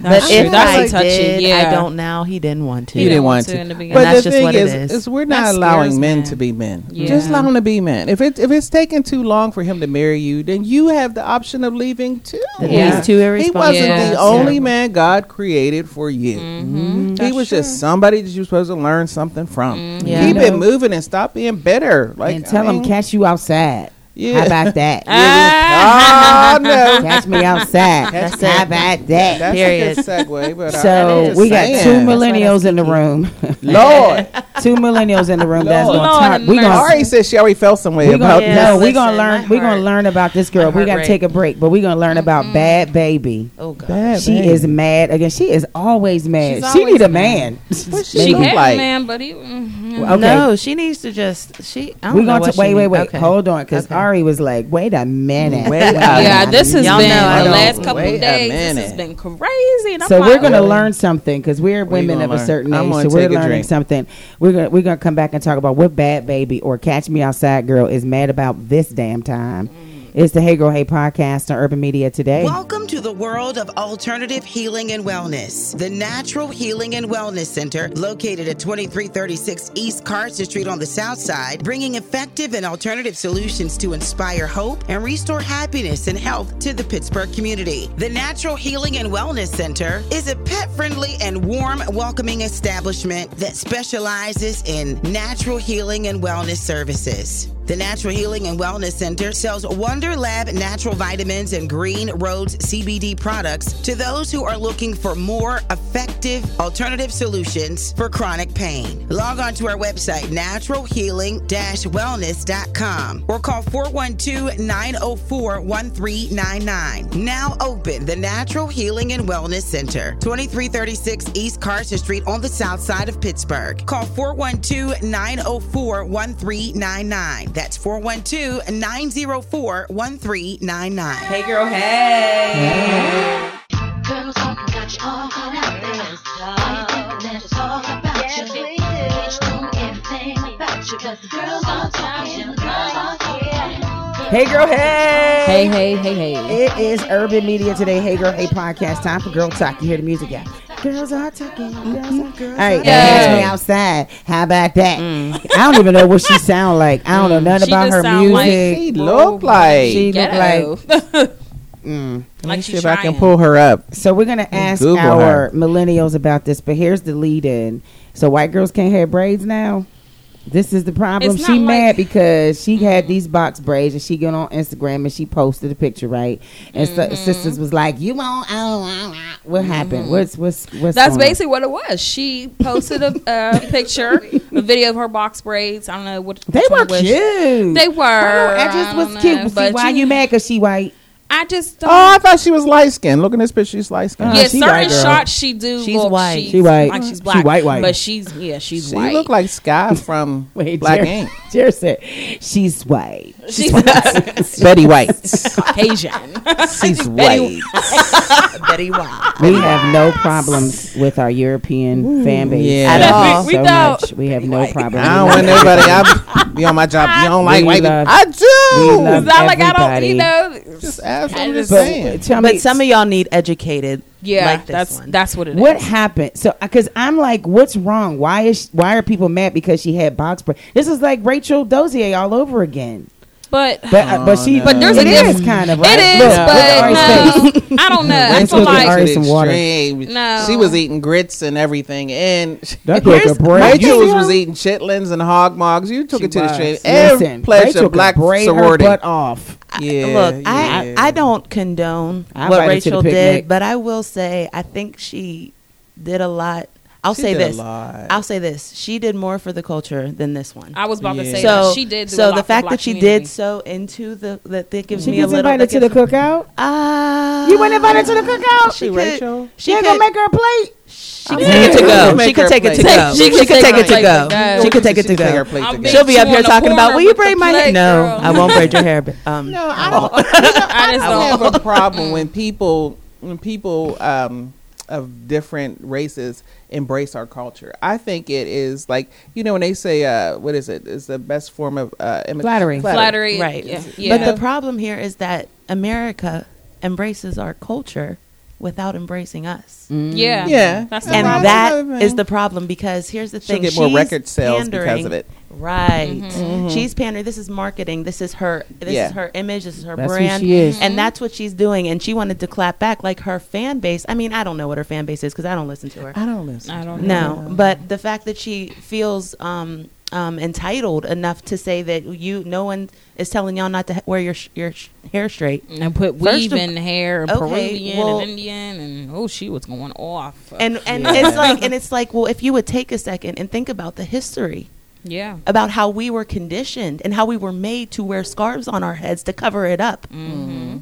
But true. if That's I a touchy, did, yeah. I don't now. He didn't want to. He didn't want in the to. beginning. But And that's the just thing what it is, is. is we're That not scares allowing men men. to be men. Yeah. Just allow them to be men. If it if it's taking too long for him to marry you, then you have the option of leaving too. That Yeah. He's too He irresponsible. wasn't Yes. the Yeah. only man God created for you. Mhm. He That's was true. just somebody that you're supposed to learn something from. Yeah. Keep it moving and stop being bitter. Like and tell I him mean, catch you outside. How Yeah. about that? Ah, Oh no. Catch me outside. That's How it. about that? That's Period. a good segue, but so I'm we got just two saying. millennials in the room. Lord. two millennials in the room. That's Lord. gonna talk. We Lord gonna. Ari said she already felt some way We about gonna, this. no, we listen, gonna learn. my We gonna heart- learn about this my girl. We heart gotta rate. take a break, but we gonna learn about Bad Baby. Oh God. Bad She baby. is mad again. She is always mad. She's she always need a mad. man. What's She look had like? a man, but he. mhm. Okay. No, she needs to just she. I don't We're know gonna what t- she wait, wait, need- wait. okay. Hold on, because Okay. Ari was like, "Wait a minute." Wait a Yeah, minute. this has Y'all been know I the don't- last couple wait a of days. This has minute. been crazy. And I'm so like, we're gonna oh, learn something because we're women gonna of a learn? certain I'm age, so gonna we're take a learning drink. something. We're gonna we're gonna come back and talk about what bad baby or catch me outside girl is mad about this damn time. Mm. It's the Hey Girl Hey podcast on Urban Media today. Welcome to the world of alternative healing and wellness. The Natural Healing and Wellness Center, located at 2336 East Carson Street on the South Side, bringing effective and alternative solutions to inspire hope and restore happiness and health to the Pittsburgh community. The Natural Healing and Wellness Center is a pet friendly and warm, welcoming establishment that specializes in natural healing and wellness services. The Natural Healing and Wellness Center sells Wonder Lab natural vitamins and Green Roads CBD products to those who are looking for more effective alternative solutions for chronic pain. Log on to our website, naturalhealing-wellness.com, or call 412-904-1399. Now open the Natural Healing and Wellness Center, 2336 East Carson Street on the south side of Pittsburgh. Call 412-904-1399. That's 412-904-1399. Hey, girl, hey. Girls talking about you all out there. All you think that it's all about you. Bitch, know everything about you. 'Cause the girls are talking, the girls are talking. Hey Girl Hey. Hey, hey, hey, hey. It is Urban Media today. Hey Girl Hey podcast time for girl talk. You hear the music, yeah. Girls are talking. Girls are Mm. girls. Mm-hmm. All right, catch me outside. How about that? I don't even know what she sound like. I don't know nothing She about just her sound like- music. She look like. she look Ghetto. like Let Mm. me like see she's if I trying. can pull her up. So we're gonna ask Google our her. millennials about this, but here's the lead in. So white girls can't have braids now. This is the problem. It's She not like- Mm-hmm. mad because she had these box braids and she got on Instagram and she posted a picture, right? And so, Mm-hmm. sisters was like, "You won't." Oh, oh, oh." What happened? What's what's what's? That's going on? basically what it was. She posted a uh, picture, a video of her box braids. I don't know what They which one were it was. cute. They were. I, just I was don't cute. know, See, why you, mad? Cause she white. I just don't. Oh, I thought she was light skinned. Look at this picture, she's light skinned. Uh, yeah, she white certain girl. shots she do. She's look, white. She's She white. Like she's She black. white, white. But she's yeah, she's she white. look like Sky from Wait, Black Jer- Ink. Jer said she's white. she's Betty White. Caucasian. She's white. Betty White. We have no problems with our European fan base Yeah. at At all. all. We- so we don't. much. We have no problem. I don't want nobody. I be on my job. You don't like We white love- people. I do. we love- It's not like I don't, you Everybody. know. Just ask. I'm I just just- But saying. tell me, But some of y'all need educated. Yeah, like this that's one. that's what it is. what happened? So, because I'm like, what's wrong? Why is she, why are people mad because she had box break? This is like Rachel Dozier all over again. But But uh, but she But there's it a is difference. kind of right? it is, uh, Look, look at Ari's face. but no, I don't know. I Let's feel look at like Ari some water. Extreme. No. She was eating grits and everything, and That girl Here's- could braid. Rachel You see was her? eating chitlins and hog mogs. You took it to the extreme. Listen, And pledged Rachel a could black braid sorority. her butt off. yeah, Look, I yeah. I don't condone I what invited to the Rachel picnic. did, but I will say I think she did a lot. I'll She say did a this. lot. I'll say this. She did more for the culture than this one. I was about to Yeah. say so that she did. Do so a lot the for fact black that she community. did so into the that that gives She me a gets little. invited to the cookout. Ah, You went invited to the cookout. She Rachel. She She ain't could, gonna make her a plate. she could take it to go. She could take it to go. She could take it to go. She could take it to Take her go. plate I'll together. be- She'll be You up here on the talking about, corner will you with the braid my hair? plate, No, girl. I won't braid your hair. But, um, No, I don't. I, just don't don't. have a problem when people when people um, of different races embrace our culture. I think it is like you know when they say uh, what is it? Is the best form of uh, imi- Flattery. Flattery, Right. Yeah. yeah. But the problem here is that America embraces our culture without embracing us. yeah, Yeah. Mm-hmm. That's the And problem. another that thing. is the problem because here's the She'll thing. get more she's record sales because pandering- of it. Right. Mm-hmm. She's pandering. This is marketing. This is her this Yeah. is her image. This is her That's who brand. she is. And that's what she's doing. And she wanted to clap back like her fan base. I mean, I don't know what her fan base is because I don't listen to her. I don't listen. I don't know. No, but the fact that she feels um, um, entitled enough to say that you, no one is telling y'all not to ha- wear your sh- your sh- hair straight, and put First weave of- in hair and okay, Peruvian well- and Indian and oh she was going off. and and it's like and it's like, well, if you would take a second and think about the history yeah. about how we were conditioned and how we were made to wear scarves on our heads to cover it up. Mm-hmm.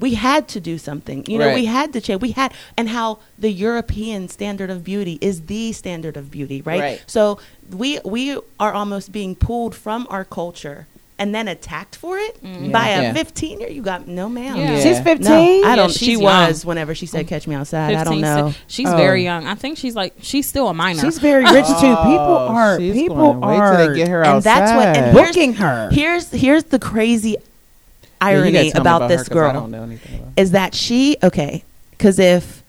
We had to do something. You know, Right. we had to change. We had, and how the European standard of beauty is the standard of beauty, right? Right. So we we are almost being pulled from our culture and then attacked for it by Yeah. a 15 year. You got no, ma'am. Mm-hmm. Yeah. She's Yeah. fifteen. No, I don't. Yeah, she she's was whenever she said "Catch me outside." I don't 15, know. si- She's very young. I think she's like she's still a minor. She's very rich too. People Oh, are she's people going- Wait till are they get her and outside. that's what- and we're- booking her. Here's here's the crazy Yeah, you gotta irony tell me about, her this 'cause girl. I don't know anything about. her. is that she okay? Because if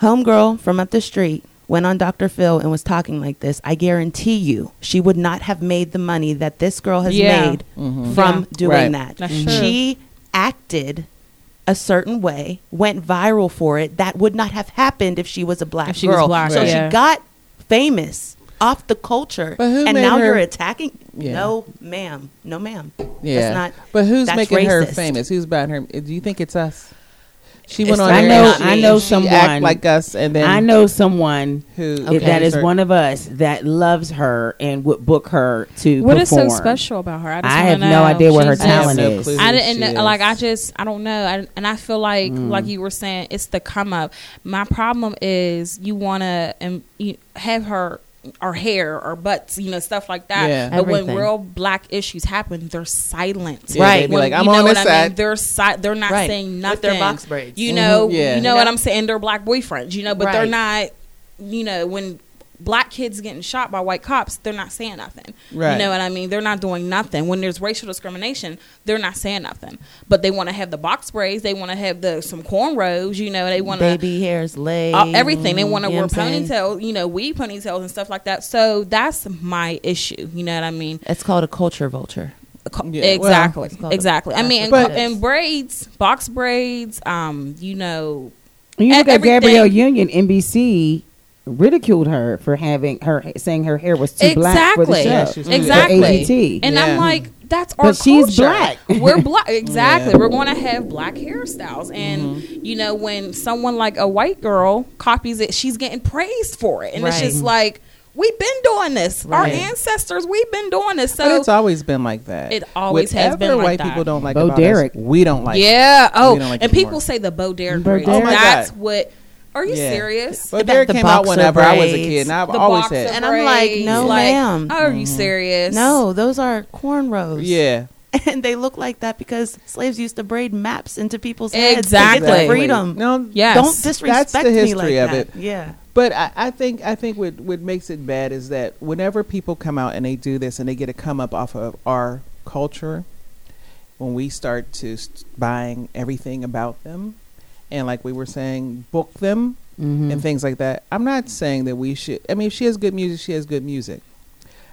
homegirl from up the street went on Dr. Phil and was talking like this, I guarantee you she would not have made the money that this girl has Yeah. made from Yeah. doing Mm-hmm. Right. that. That's true. She acted a certain way, went viral for it. That would not have happened if she was a black If she was girl. black, so yeah. she got famous off the culture, But who and made now her- you're attacking. Yeah. No, ma'am. No, ma'am. Yeah, That's not. but who's that's making her racist. famous? Who's buying her? Do you think it's us? She It's went on. not I there know. and I she- know she act someone. like us, and then I know someone who i- that is one of us that loves her and would book her to What is perform. so special about her? I, I have no idea what her talent I have no is. clue. I who didn't she know, like. I is. Mm. just I don't know, I, and I feel like like you were saying, it's the come up. My problem is you want to um, you have her or hair or butts, you know, stuff like that. Yeah. But when Everything. real black issues happen, they're silent. Yeah, Right. they'd be When- like, I'm you know on what this I mean? side. Mm-hmm. They're si- they're not Right. saying nothing. With their box braids. You know, Yeah. you know You what know? I'm saying. They're black boyfriends. You know, but they're Right. not. You know when. Black kids getting shot by white cops, they're not saying nothing. Right. You know what I mean? They're not doing nothing. When there's racial discrimination, they're not saying nothing. But they want to have the box braids. They want to have the some cornrows. You know, they want to baby hairs, legs, uh, everything. They want to you know wear what I'm saying? ponytails. You know, weave ponytails and stuff like that. So that's my issue. You know what I mean? It's called a culture vulture. Co- Yeah, well- exactly, It's called a- exactly. I that's mean, and, what it is. and braids, box braids. Um, you know, You look at Everything. Gabrielle Union, NBC ridiculed her for having her saying her hair was too black for the Exactly. show. Yeah, she's for exactly. ABT. And Yeah. I'm like, that's our But she's culture. black. We're black. Exactly. Yeah. We're going to have black hairstyles. And, Mm-hmm. you know, when someone like a white girl copies it, she's getting praised for it. And it's Right. just like, we've been doing this. Right. Our ancestors, we've been doing this. So, But it's always been like that. It always has Whatever been like white that. people don't like Bo about Derek. us, we don't like. it. yeah. Oh, don't like and it people more. say the Bo Derek Bo braids. Derek. Oh my that's God. what. Are you Yeah. serious? But About Derek the came out boxer whenever I was a braids. kid, and I've The always Mm-hmm. boxer had. And I'm like, braids, no, ma'am. Are you serious? No, those are cornrows. Yeah, And they look like that because slaves used to braid maps into people's heads to get Exactly. their freedom. No, Yes. Don't That's disrespect the me like history of that. it. Yeah. But I, I think I think what what makes it bad is that whenever people come out and they do this and they get a come up off of our culture, when we start to st- buying everything about them, and like we were saying, book them Mm-hmm. and things like that. I'm not saying that we should. I mean, if she has good music, she has good music.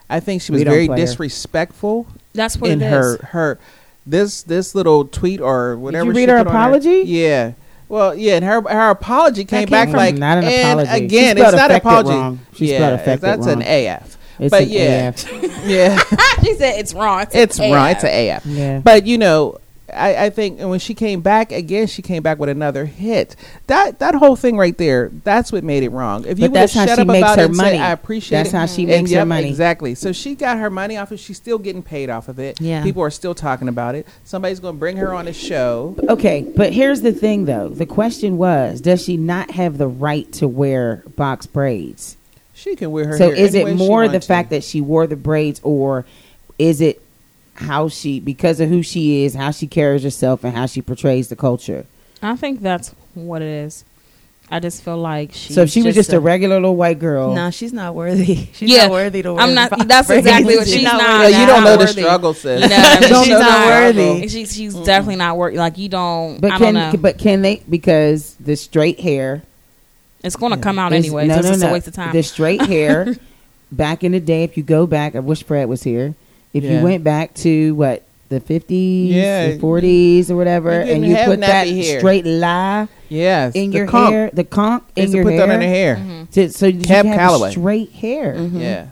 I think she was We don't very play her. disrespectful That's what in it is. her her this this little tweet or whatever. you she read her put on apology? yeah. Well, yeah, and her her apology came came back from like not an and apology. She Again, spelled it's not an affected apology. wrong. She yeah, spelled affected that's wrong. an AF. It's but an yeah, AF. yeah, she said it's wrong. it's wrong. It's AF. an AF. Yeah. But you know, I, I think and when she came back again, she came back with another hit. That that whole thing right there, that's what made it wrong. If you But would have that's how shut up she makes about her it and said, money. I appreciate That's it," how she and makes her yep, money. Exactly. So she got her money off it. She's still getting paid off of it. Yeah. People are still talking about it. Somebody's going to bring her on a show. Okay, but here's the thing though. The question was, does she not have the right to wear box braids? She can wear her so hair is any it way she more the wants to. fact that she wore the braids or is it how she because of who she is, how she carries herself and how she portrays the culture? I think that's what it is. I just feel like she. so if she was just a, regular little white Oh. girl. Nah, she's not worthy. She's Yeah, not worthy to wear I'm the not. box That's braids. exactly what She's she's not not. worthy. you she's don't not know the worthy. struggle, sis. You know what I mean? You don't she's know the not struggle. worthy. She's she's definitely not worthy. Like you don't. but I can don't know. but can they because the straight hair it's going to come out is- anyway. so it's just a waste of time. The straight hair back in the day, if you go back, I wish Fred was here. If Yeah. you went back to what the fifties, Yeah. the forties, or You whatever, didn't and you have put that nappy hair. straight lie Yes. in the your conch. hair, the conch They in used to your put hair, that in her hair. Mm-hmm. to- so you Cab have Calloway. straight hair. Yeah.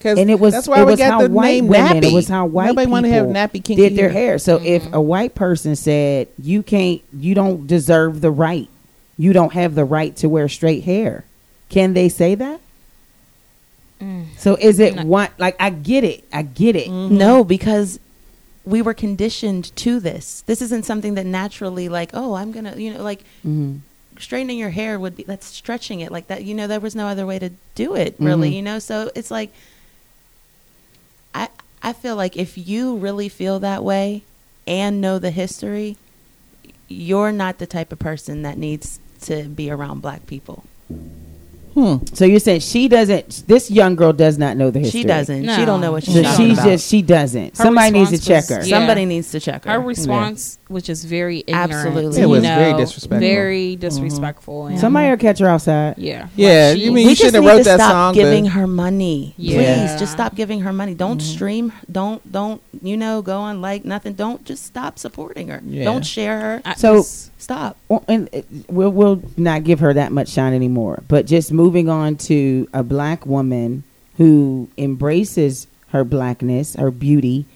'Cause And it was that's why it we was got how the white name women. nappy. It was how white Nobody people wanted to have nappy kinky did their hair. So if a white person said you can't, you don't deserve the right, you don't have the right to wear straight hair, can they say that? Mm. So is it one like I get it, I get it. Mm-hmm. Mm-hmm. No, because we were conditioned to this. This isn't something that naturally, like, oh, I'm gonna, you know, like Mm-hmm. straightening your hair would be that's stretching it like that. You know, there was no other way to do it, Mm-hmm. really. You know, so it's like, I I feel like if you really feel that way and know the history, you're not the type of person that needs to be around black people. So you're saying she doesn't, this young girl does not know the history. She doesn't. She No. don't know what she's So talking she's about. just she doesn't. Her Somebody needs to check response was- her. Yeah. Somebody needs to check her. her response was just very ignorant. Absolutely. It you was very know, disrespectful. Very disrespectful. And, Mm-hmm. Somebody will catch her outside. Yeah. Like, Yeah, she- you mean we you just shouldn't have need wrote to that stop song. but- giving her money. Yeah. Please, just stop giving her money. Don't Mm-hmm. stream. Don't don't you know go on like nothing. Don't just stop supporting her. Yeah. Don't share her. I So- just- stop. Well, and uh, we'll, we'll not give her that much shine anymore. But just moving on to a black woman who embraces her blackness, her beauty,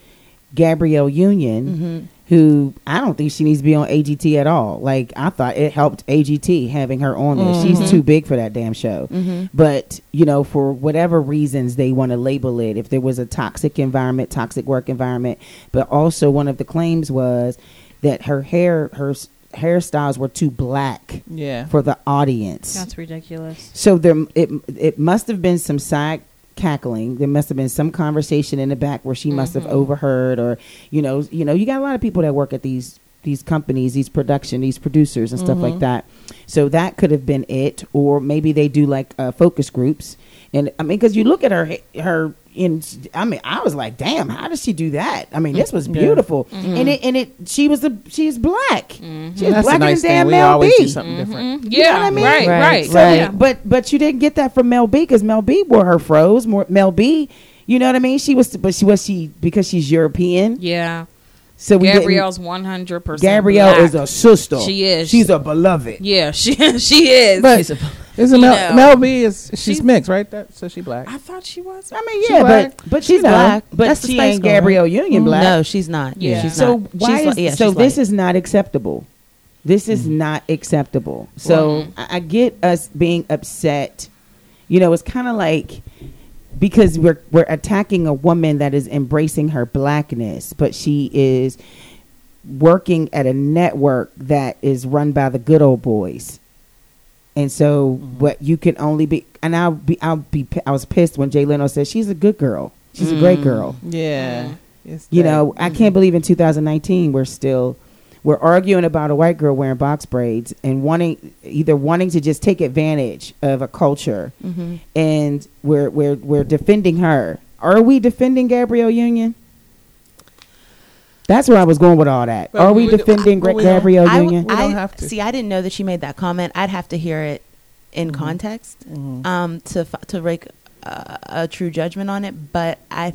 Gabrielle Union, who I don't think she needs to be on AGT at all. Like I thought it helped AGT having her on there. She's too big for that damn show. But you know, for whatever reasons they want to label it, if there was a toxic environment, toxic work environment, but also one of the claims was that her hair, her s- hairstyles were too black Yeah. for the audience. that's ridiculous. So there, it it must have been some side cackling. There must have been some conversation in the back where she must have overheard, or you know, you know, you got a lot of people that work at these these companies, these production, these producers, and stuff like that. So that could have been it, or maybe they do like uh, focus groups. And I mean, because you look at her her. And I mean, I was like, "Damn, how does she do that?" I mean, this was beautiful, and it and it. She was a she's black. She was That's black a nice thing. than damn We Mel always B. do something Mm-hmm. different. Yeah. know what I mean? Right. Right, Right. So, Yeah. But but you didn't get that from Mel B because Mel B wore her froze. More Mel B, you know what I mean? She was, but she was she because she's European. Yeah. So we didn't- Gabrielle's one hundred percent. Gabrielle is a sister. She is. She's a beloved. Yeah, she she is. But isn't You Mel, know. Mel B is she's, She's- mixed, right? That, so she black. I thought she was. I mean, yeah, black. but but she's black. black. But That's the she Spice ain't Girl, Gabrielle Union black. Mm. No, she's not. Yeah. she's so not. why She's is, li- yeah, so she's Mm-hmm. this light. is not acceptable this is not acceptable so I, I get us being upset you know it's kind of like because we're we're attacking a woman that is embracing her blackness but she is working at a network that is run by the good old boys and so Mm-hmm. what you can only be and i'll be i'll be pi- i was pissed when jay leno said she's a good girl she's a Mm. great girl yeah. It's you that. know, I Mm-hmm. can't believe in 2019 we're still we're arguing about a white girl wearing box braids and wanting either wanting to just take advantage of a culture, Mm-hmm. and we're we're we're defending her. Are we defending Gabrielle Union? That's where I was going with all that. But Are we we would- defending Gra- we- Gabrielle I, Union? We I- don't have to. see. I didn't know that she made that comment. I'd have to hear it in Mm-hmm. context um, to f- to make uh, a true judgment on it. But I,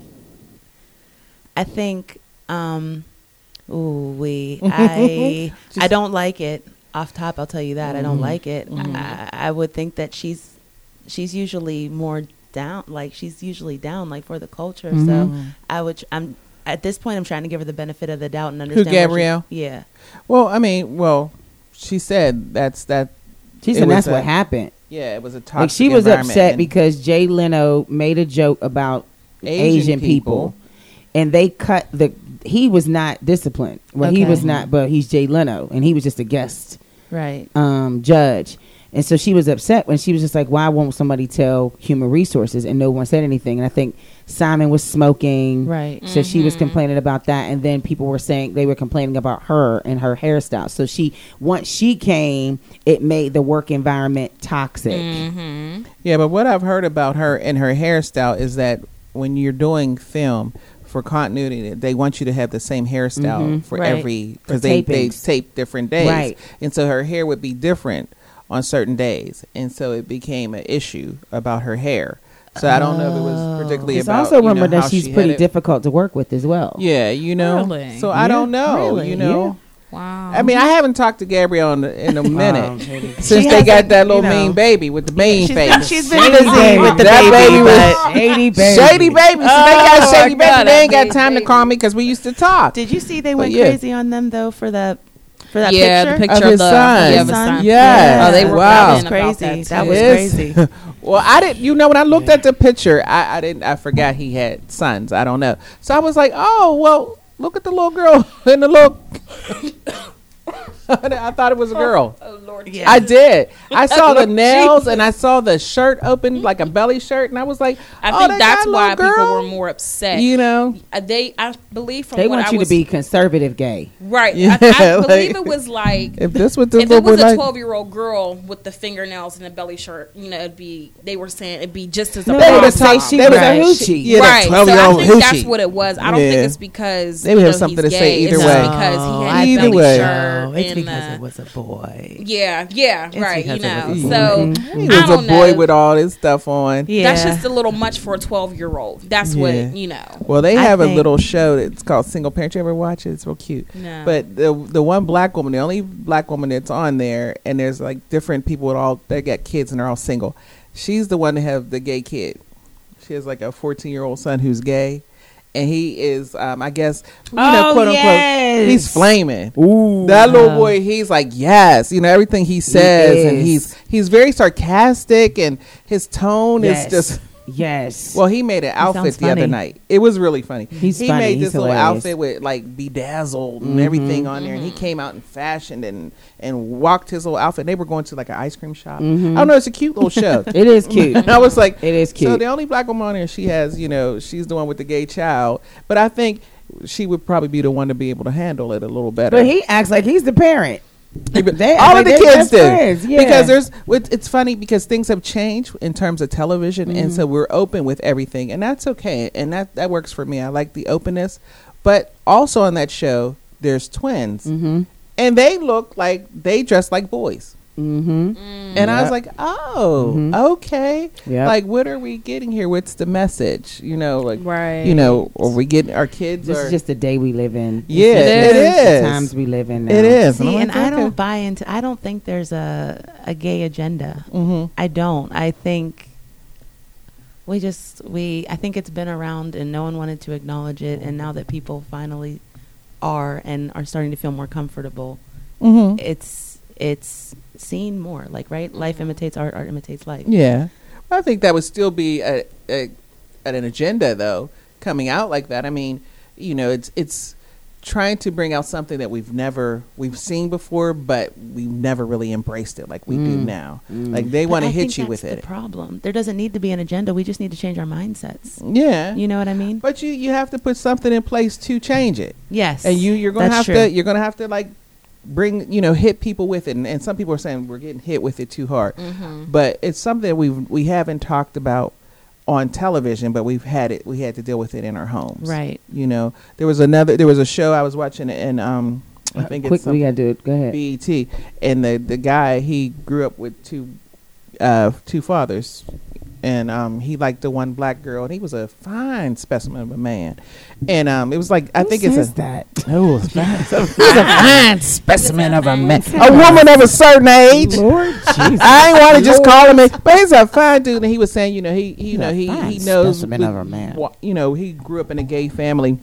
I think, um, ooh we, I, I don't like it. Off top, I'll tell you that I Mm-hmm. don't like it. I, I would think that she's she's Mm-hmm. usually more down. Like she's usually down, like for the culture. So I would. tr- I'm. at this point, I'm trying to give her the benefit of the doubt and understand. where she- Gabrielle? yeah. Well, I mean, well, she said that's that. She It said was that's what a happened. Yeah, it was a toxic. Like she was environment upset and- because Jay Leno made a joke about Asian, Asian people. people. and they cut the. He was not disciplined. Well, he Okay. was not, but he's Jay Leno, and he was just a guest Right. um, judge. And so she was upset when she was just like, "Why won't somebody tell Human Resources?" And no one said anything. And I think Simon was smoking, Right. Mm. So she was complaining about that, and then people were saying they were complaining about her and her hairstyle. So she once she came, it made the work environment toxic. Yeah, but what I've heard about her and her hairstyle is that when you're doing film for continuity, they want you to have the same hairstyle for Right. every because they, they Mm-hmm. tapings. tape different days, Right. and so her hair would be different on certain days, and so it became an issue about her hair. So I don't know if it was particularly Oh. It's about. also you know, rumored how that she's she pretty had it. difficult to work with as well. Yeah, you know. Really? So I don't know. Really? You know. Yeah. Wow. I mean, I haven't talked to Gabrielle in, a- in a minute since She they got hasn't, that little you know. mean baby with the mean face. she's been busy with the That baby baby, was- but Shady baby. Shady baby. So they got shady I baby. got they it. ain't got time to call me because we used to talk. Did you see they But went yeah. crazy on them though for that for that picture? yeah, the Of picture of, his the son. Yeah, of his Son. son. Yes. Oh, they Wow. were wow. That was crazy. That, was Yes. crazy. Well, I didn't. You know, when I looked at the picture, I, I didn't. I forgot he had sons. I don't know. So I was like, oh well, look at the little girl and the little. I thought it was a girl. Oh Lord. Yeah. I did. I saw the nails and I saw the shirt open like a belly shirt, and I was like, I oh, think they that's got a why little people girl. were more upset. You know, Uh, they, I believe, from They what want I you was, to be conservative gay. right. Yeah, I, I like- believe it was like if this was this if it little was a like, 12 year old girl with the fingernails and a belly shirt, you know, it'd be they were saying it'd be just as a No, they would would have have said taken. she They was would a Right. hoochie. Yeah, that right. twelve so year I old think that's what it was. I don't Yeah. think it's because They would you have know, something he's to say gay. either it's way. because he I had Either a belly way. shirt. it's and, because uh, it was a boy. yeah, yeah, right. You know, was a so He I was a don't boy know. with all this stuff on. Yeah. that's just a little much for a 12 year old. That's Yeah. what you know. Well, they I have a think- little show that's called Single Parent. You ever watch it? It's real cute. No. But the the one black woman, the only black woman that's on there, and there's like different people with all they got kids and they're all single. She's the one to have the gay kid. She has like a 14 year old son who's gay, and he is, um, I guess, you know, Oh, quote yes. unquote, he's flaming. Ooh. That little boy, he's like, yes, you know everything he says, and is. he's he's very sarcastic, and his tone is yes. just yes. well, he made an outfit sounds the other funny. night. It was really funny. He's he funny. made He's this little hilarious. Mm-hmm. outfit with like bedazzled and everything on there, and he came out and fashioned and and walked his little outfit. They were going to like an ice cream shop. I don't know. It's a cute little show. Mm-hmm. it is cute. And I was like, It is So cute. the only black woman on there, she has, you know, she's the one with the gay child. But I think she would probably be the one to be able to handle it a little better. but he acts like he's the parent. They act All of like the they're kids best do friends, yeah. because there's. It's it's funny because things have changed in terms of television, and Mm-hmm. so we're open with everything, and that's okay, and that that works for me. I like the openness, but also on that show, there's twins, and they look like they dress like boys. Mm-hmm. And I was like, "Oh, okay. Yep. Like, what are we getting here? What's the message? You know, like, Right. you know, are we getting our kids? This are, is just the day we live in. This Yeah, is it just is. The times we live in. Now. it is. See, I'm and like, I don't okay. buy into. I don't think there's a a gay agenda. Mm-hmm. I don't. I think we just we. I think it's been around, and no one wanted to acknowledge it. And now that people finally are and are starting to feel more comfortable, Mm-hmm. it's it's seen more. Like right, life imitates art, art imitates life. Yeah, I think that would still be a, a an agenda though coming out like that. I mean, you know, it's it's trying to bring out something that we've never we've seen before, but we've never really embraced it like we do now. Like they Mm. But want to I hit think you that's with the it. Problem. There doesn't need to be an agenda. We just need to change our mindsets. yeah, You know what I mean? but you you have to put something in place to change it, Yes. and you you're gonna That's have true. to you're gonna have to like bring you know hit people with it and, and some people are saying we're getting hit with it too hard Mm-hmm. but it's something we we haven't talked about on television but we've had it we had to deal with it in our homes Right. you know there was another there was a show i was watching and um i think Uh, Quick, it's some we gotta do it. Go ahead. bet and the the guy he grew up with two uh two fathers and um he liked the one black girl and he was a fine specimen of a man and um it was like i Who think it's says a that Oh, that's a, that's a fine specimen of a man. A woman of a certain age. Oh, Lord Jesus. I ain't want to just call him, a, but he's a fine dude. And he was saying, you know, he, he you know, a he fine he knows, specimen with of a man. wha- you know, he grew up in a gay family,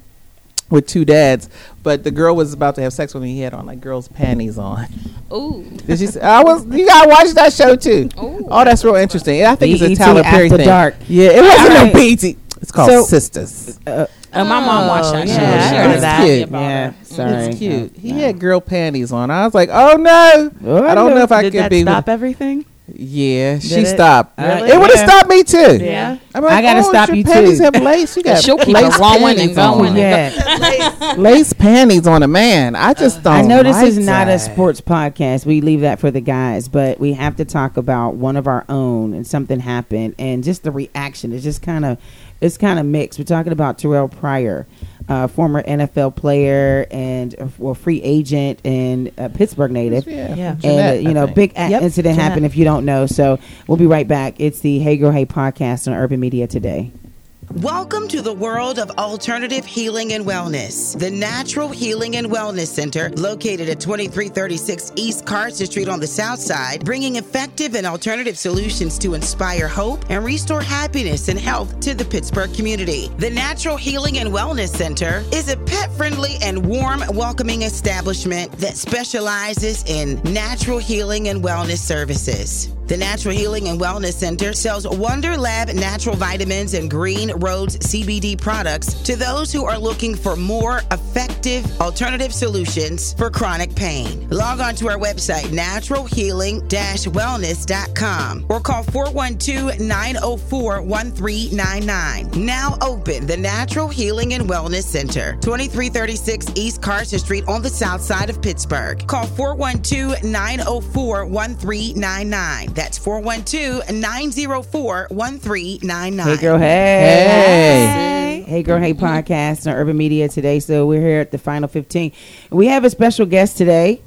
with two dads, but the girl was about to have sex with me. He had on like girls' panties on. Ooh. Did you? See, I was. You gotta watch that show too. Ooh. Oh, that's real interesting. And I think BET it's a Tyler Perry After thing. Dark. Yeah, it wasn't All a right. BT. It's called So- Sisters. Oh, my mom watched that. yeah, show. I She heard always of that. told me Yeah, about Yeah, her. sorry. It's cute. He had girl panties on. I was like, oh no. Oh, I don't know if I Did could that be. stop everything? Yeah, she it? stopped. Really? It would have Yeah. stopped me too. Yeah. I'm I gotta oh, stop your you, panties too. Have lace. You got She'll keep lace it going and panties going. on. and Oh, Yeah. Lace panties on a man. I just don't. I know this like is not a that. sports podcast. We leave that for the guys, but we have to talk about one of our own and something happened and just the reaction is just kind of it's kind of mixed. We're talking about Terrell Pryor, uh, former NFL player and uh, well free agent and uh, Pittsburgh native. Yeah. Yeah. Jeanette, and uh, I you know, think. big a- Yep, incident Jeanette. happened. If you don't know, so we'll be right back. It's the Hey Girl Hey podcast on Urban Media today. Welcome to the world of alternative healing and wellness. The Natural Healing and Wellness Center, located at 2336 East Carson Street on the South Side, bringing effective and alternative solutions to inspire hope and restore happiness and health to the Pittsburgh community. The Natural Healing and Wellness Center is a pet friendly and warm, welcoming establishment that specializes in natural healing and wellness services. The Natural Healing and Wellness Center sells Wonder Lab natural vitamins and Green Roads CBD products to those who are looking for more effective alternative solutions for chronic pain. Log on to our website, naturalhealing-wellness.com, or call 412-904-1399. Now open the Natural Healing and Wellness Center, 2336 East Carson Street on the south side of Pittsburgh. Call 412-904-1399. That's 412-904-1399. Hey girl, hey. Hey. girl, hey podcast on Urban Media today. So we're here at the final 15. We have a special guest today.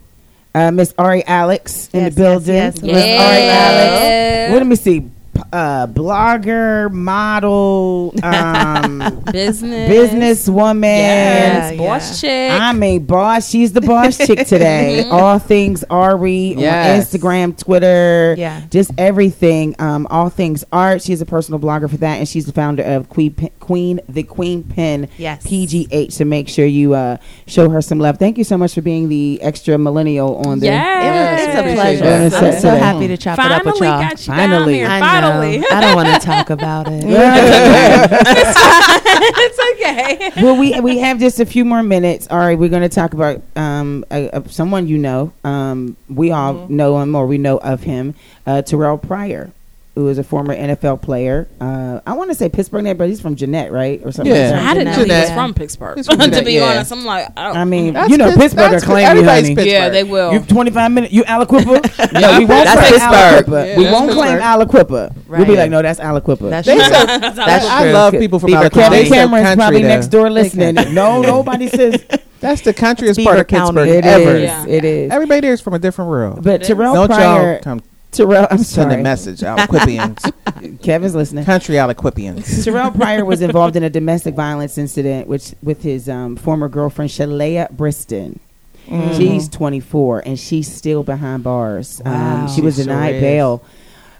Uh, Miss Ari Alex in Yes, the building. yes, yes. Miss Ari Yeah. Alex. Well, let me see. P- Uh, blogger, model, um, Business. businesswoman. Yes. Yeah, Boss chick. I'm a boss. She's the boss chick today. All things Ari Yes. on Instagram, Twitter, Yeah. just everything. Um, all things art. She's a personal blogger for that, and she's the founder of Queen, Pen- Queen the Queen Pen Yes. PGH. So make sure you uh, show her some love. Thank you so much for being the extra millennial on the Yes. It's a Appreciate pleasure. that. I'm Yes, so today. happy to chop it up with Finally y'all. got you Finally. down here. I know. Finally. I don't want to talk about it. it's okay. well, we we have just a few more minutes. All right, we're going to talk about um a, a- someone you know. Um, we all Mm-hmm. know him or we know of him. Uh, Terrell Pryor, who is a former NFL player. Uh, I want to say Pittsburgh native, but he's from Jeanette, right, or something. Yeah. like that. I didn't know he was Jeanette. from Pittsburgh. He's from to Jeanette, be yeah. honest, I'm like, oh. I mean, That's you know, Pitts- Pittsburgh are that's- claiming everybody's honey. Pittsburgh. yeah, they will. You 25 minutes. You Aliquippa. no, we won't That's claim Pittsburgh. Aliquippa. Yeah, we that's won't claim Pittsburgh. Aliquippa. We'll be Right. like, no, that's Aliquippa. That's They true. so, That's I true. love people from Beaver out of country. County. They so Cameron's country, probably though. next door listening. No, nobody says That's the countryest Beaver part of County. Pittsburgh it ever. is. Yeah. It is. Everybody there is from a different world. But Terrell Don't Pryor, y'all come Terrell, I'm send a sorry, message. Aliquippians, Kevin's listening. country Aliquippians. Terrell Pryor was involved in a domestic violence incident, which with his um, former girlfriend Shalea Briston. She's 24 and she's still behind bars. Um, she was She sure denied is. bail.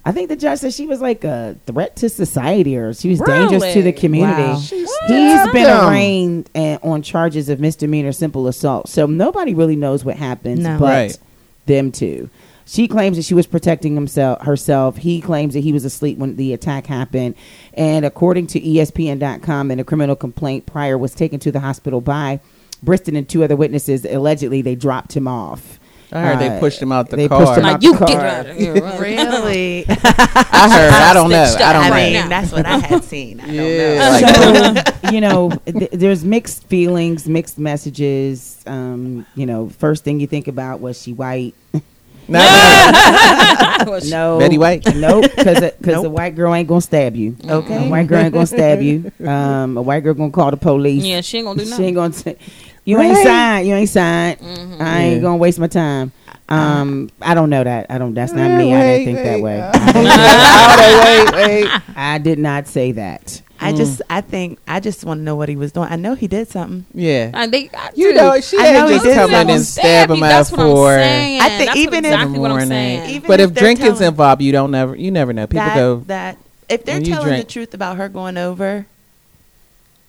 I think the judge said she was like a threat to society or she was dangerous to the Really? community. Wow. He's stabbed been him. arraigned and eh, on charges of misdemeanor simple assault. So nobody really knows what happens No. but Right. them two. She claims that she was protecting himself herself. He claims that he was asleep when the attack happened. And according to E ESPN.com in a criminal complaint, Pryor was taken to the hospital by Briston and two other witnesses. Allegedly, they dropped him off. I heard Uh, they pushed him out the they car. pushed him like, out you the get car. out of here. right? Really? I heard. I don't know. Stitched I up. don't I know. Right. mean, that's what I had seen. I don't know. yeah, like, so, you know, th- there's mixed feelings, mixed messages. Um, you know, first thing you think about was she white? no, no, no. No, Betty White? Nope, because because a white girl ain't gonna stab you. Okay. a white girl ain't gonna stab you. Um, a white girl gonna call the police. Yeah, she ain't gonna do she ain't nothing. gonna. T- you ain't Right. signed. You ain't signed. I ain't Yeah. gonna waste my time. Um, I don't know that. I don't. That's not Yeah, me. I didn't wait, think that wait. way. Oh, no, wait, wait. I did not say that. I just, I think, I just want to know what he was doing. I know he did something. Yeah. I think I You do. know, she I ain't know he just did come in something. and stab him out That's what I'm for. saying. I think That's even if- exactly what I'm morning. saying. Even But if they're drinking's telling- involved, you don't never you never know. People that, go that if they're when you telling drink. the truth about her going over,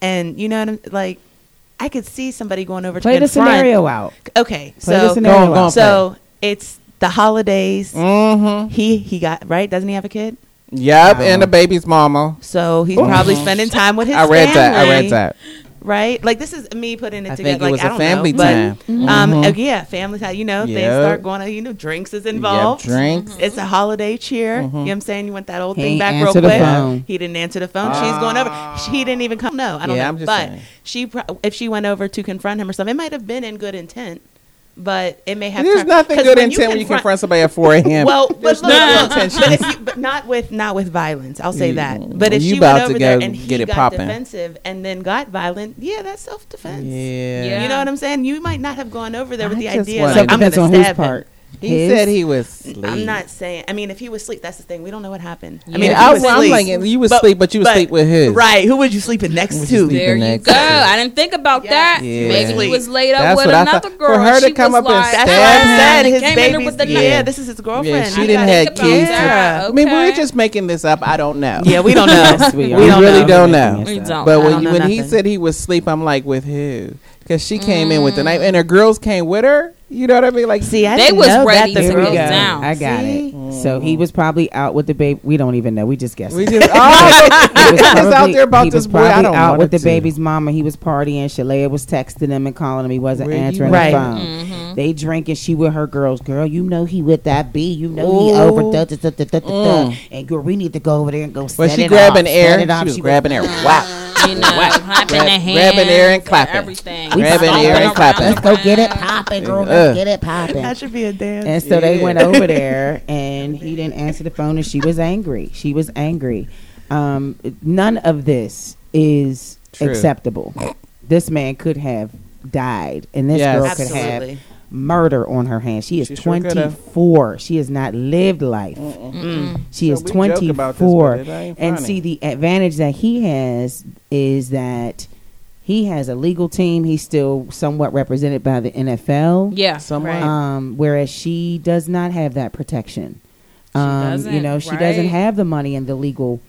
and you know what I'm like, I could see somebody going over Play to the in front. scenario out. Okay, Play so the scenario Go on, go on. out. so it's the holidays. Mm-hmm. He he got right. Doesn't he have a kid? Yep, and the baby's mama. So he's probably spending time with his. Mm-hmm. I read that. I family, read that. Right, like this is me putting it I together. think it like was I a don't family know, but, time. Mm-hmm. Um, uh, yeah, family time. You know, they Yep. start going. out, You know, drinks is Yep, involved. drinks. Mm-hmm. It's a holiday cheer. You know what I'm saying? You want that old He thing ain't back real answer the quick. phone. He didn't answer the phone. She's going over. She didn't even come. No, I don't Yeah, know. I'm just but saying. she, pro- if she went over to confront him or something, it might have been in good intent, but it may have. There's turned- nothing 'cause good intent when you confront somebody at 4 a.m. Well, but, There's look, no good look, intention. but, if you, but not with not with violence. I'll say that. But if You she about went to over there go and he get it got poppin'. defensive and then got violent, yeah, that's self defense. yeah. Yeah. You know what I'm saying? You might not have gone over there with I the just idea wanna- So it like I'm going depends to on stab whose him. part. He His? said he was. Asleep. I'm not saying. I mean, if he was asleep, that's the thing. We don't know what happened. I Yeah. mean, if I, he was was I'm asleep- like, you would sleep, but you would sleep with his. Right. Who would you sleeping next you to? sleep- There you next go. to- I didn't think about that. Yeah. Maybe he was laid up That's with what I another thought. girl. For her to she come was up and like, That's stab what I said. "He His came in there baby's with the yeah. knife." This is his Yeah, girlfriend. she I didn't gotta have think about kids. that. Yeah. I mean, we're Okay. just making this up. I don't know. Yeah, we don't know. Yes, we we are. we don't really know. don't know. We don't. But when Oh, don't you, know when he nothing. said he was asleep, I'm like, with who? Because she came in with the knife, and her girls came with her. You know what I mean? Like, Mm. See, I They didn't was know ready that the to Here we go go. girls- down. I got See? it. So he was probably out with the baby. We don't even know. We just guessing. we just oh, He was just out probably- there about he was this boy. I probably don't out want with the it to. baby's mama. He was partying. Shalea was texting him and calling him. He wasn't Where you answering at? the Right. phone. Mm-hmm. They drinking. She with her girls. Girl, you know he with that B. You know he Ooh. over. Da, da, da, da, da, da, Mm. And girl, we need to go over there and go. Well, set she it grabbing off, air. set it off. She was She grabbing air. Wow. You know, clapping Grab- their grabbing hands, air and clapping. everything, We Grabbing air and Stomping clapping. around Let's go get it the ground. popping, girl. Let's Yeah. get it popping. That should be a dance. And so they Yeah. went over there, and he didn't answer the phone, and she was angry. She was angry. Um, none of this is True. acceptable. This man could have died, and this Yes. girl could have Absolutely. murder on her hands. She is She sure coulda. 24. she has not lived life. She So is we joke about this, 24. but it ain't and funny. see, the advantage that he has is that he has a legal team. He's still somewhat represented by the NFL. Yeah. Someone. Um, whereas she does not have that protection. Um, you doesn't, know, she doesn't right. have the money and the legal